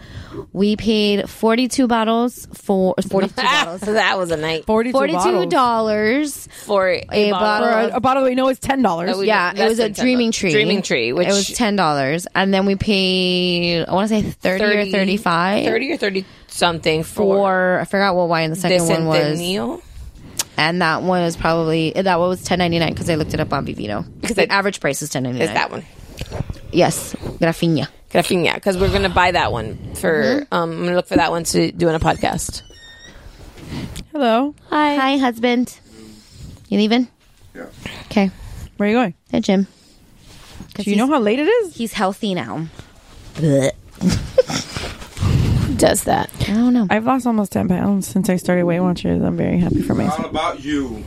Speaker 11: we paid forty two bottles for forty two bottles.
Speaker 6: that was a night.
Speaker 11: Forty two dollars
Speaker 6: for a, bottle.
Speaker 11: bottle.
Speaker 9: A bottle that we know is ten dollars.
Speaker 6: That we-
Speaker 11: Yeah, it
Speaker 6: less
Speaker 11: was a
Speaker 6: than $10.
Speaker 11: dreaming tree.
Speaker 6: Dreaming tree, which-
Speaker 11: it was ten dollars, and then we paid. I want to say thirty, or thirty five.
Speaker 6: 30 or 30 something for,
Speaker 11: for I forgot what wine the second one was.
Speaker 6: Centennial?
Speaker 11: and that one was probably that one was ten ninety nine because I looked it up on Vivino. Because the average price is ten ninety nine.
Speaker 6: Is that one?
Speaker 11: Yes, Grafinha.
Speaker 6: Grafinha, because we're going to buy that one for,
Speaker 11: Mm-hmm.
Speaker 6: um, I'm going to look for that one to do on a podcast.
Speaker 9: Hello.
Speaker 11: Hi. Hi, husband. You leaving?
Speaker 8: Yeah.
Speaker 11: Okay.
Speaker 9: Where are you going?
Speaker 11: The gym.
Speaker 9: Do you know how late it is?
Speaker 11: He's healthy now.
Speaker 6: Does that?
Speaker 11: I don't know.
Speaker 9: I've lost almost ten pounds since I started Weight Watchers. I'm very happy for myself.
Speaker 14: about you.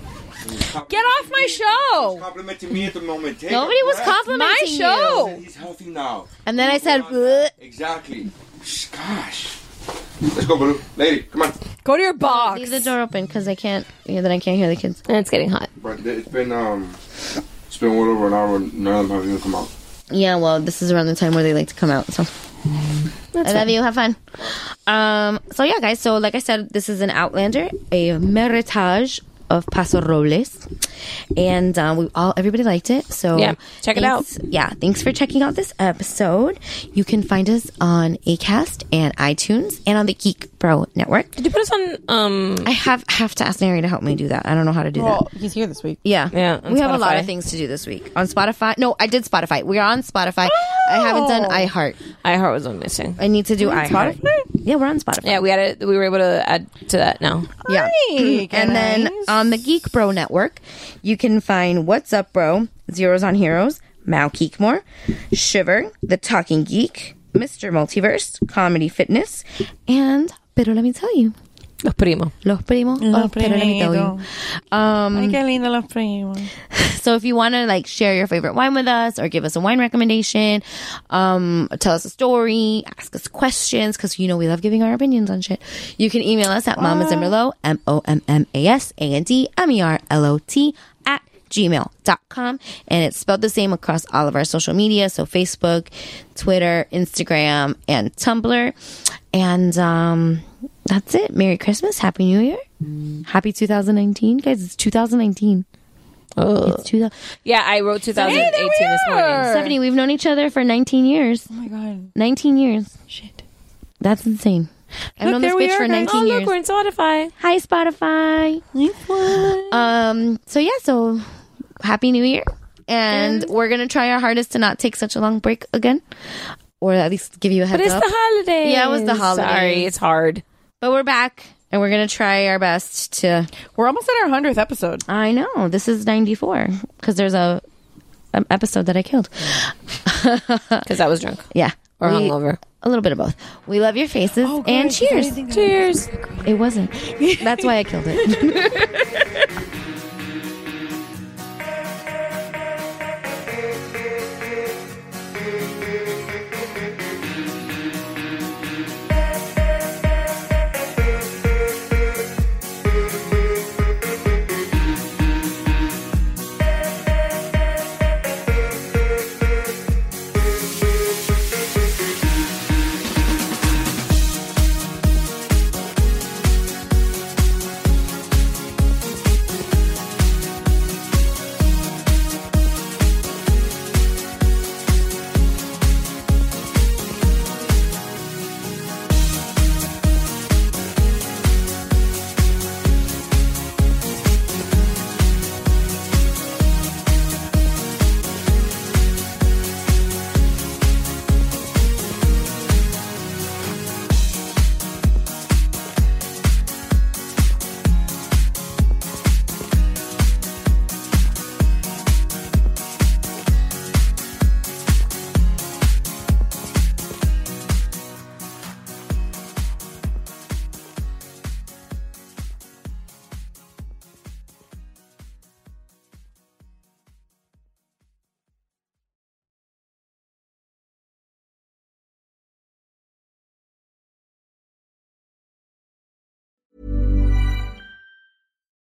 Speaker 7: Get off my show.
Speaker 14: Complimenting me at the moment. Take
Speaker 11: Oh. Nobody
Speaker 14: a
Speaker 11: was
Speaker 14: breath.
Speaker 11: complimenting My you. show.
Speaker 14: He said He's healthy now.
Speaker 11: And then I said, "Bleh."
Speaker 14: Exactly. Gosh. Let's go, Baloo. Lady, come on.
Speaker 9: "Go to your box."
Speaker 11: Leave the door open because I can't. Yeah, then I can't hear the kids.
Speaker 6: And it's getting hot.
Speaker 14: But it's been um, it's been well over an hour. and None of them have even come out.
Speaker 11: Yeah, well, this is around the time where they like to come out. So I love you. Have fun. Um, so yeah, guys. So like I said, this is an Outlander, a meritage of Paso Robles, and um, we all everybody liked it. So
Speaker 6: Yeah, check it
Speaker 11: thanks- Yeah, thanks for checking out this episode. You can find us on Acast and iTunes and on the Geek Bro Network. Did
Speaker 6: you put us on? Um,
Speaker 11: I have have to ask Nary to help me do that. I don't know how to do that.
Speaker 9: he's here this week.
Speaker 11: Yeah.
Speaker 6: Yeah. on
Speaker 11: we have a lot
Speaker 6: Spotify.
Speaker 11: of things to do this week. On Spotify. No, I did Spotify. We are on Spotify. I haven't
Speaker 9: Oh.
Speaker 11: done iHeart.
Speaker 6: iHeart was one missing.
Speaker 11: I need to do iHeart. Yeah, we're on Spotify.
Speaker 6: Yeah, we had a, we were able to add to that now.
Speaker 11: Yeah. and then on the Geek Bro Network, you can find What's Up Bro, Zeros on Heroes, Mal Geekmore, Shiver, The Talking Geek, Mr. Multiverse, Comedy Fitness, and Pero Let Me Tell You.
Speaker 6: Los Primo.
Speaker 11: Los Primo.
Speaker 9: Los
Speaker 11: oh, Pero Let Me Tell
Speaker 9: Primo.
Speaker 11: You. Um,
Speaker 9: Ay, qué lindo los primos.
Speaker 11: So if you want to like share your favorite wine with us or give us a wine recommendation, um, tell us a story, ask us questions, because you know we love giving our opinions on shit. You can email us at mamas and merlot, M O M M A S A N D M E R L O T at gmail.com and it's spelled the same across all of our social media so facebook twitter instagram and tumblr and um that's it merry christmas happy new year happy 2019 guys it's 2019 it's 2000
Speaker 6: Yeah, I wrote 2018 this morning.
Speaker 11: Stephanie, we've known each other for 19 years. Oh my
Speaker 9: god.
Speaker 11: 19 years. Shit. That's insane. I've
Speaker 6: Look,
Speaker 11: known this
Speaker 6: there we
Speaker 11: bitch
Speaker 6: are,
Speaker 11: for
Speaker 6: guys.
Speaker 11: 19
Speaker 6: Oh, look,
Speaker 11: years.
Speaker 6: we're in Spotify.
Speaker 11: Hi Spotify. um so yeah, so happy new year. And we're going to try our hardest to not take such a long break again or at least give you a heads
Speaker 6: But it's
Speaker 11: up.
Speaker 6: the holidays.
Speaker 11: Yeah, it was the holidays.
Speaker 6: Sorry, it's hard.
Speaker 11: But we're back and we're going to try our best to
Speaker 9: We're almost at our 100th episode.
Speaker 11: I know. This is 94 cuz there's a an episode that I killed.
Speaker 6: Because I was drunk.
Speaker 11: Yeah.
Speaker 6: Or
Speaker 11: We-
Speaker 6: hungover.
Speaker 11: A little bit of both. We love your faces and
Speaker 6: guys, I
Speaker 11: cheers.
Speaker 6: didn't think I Cheers.
Speaker 11: It wasn't. That's why I killed it.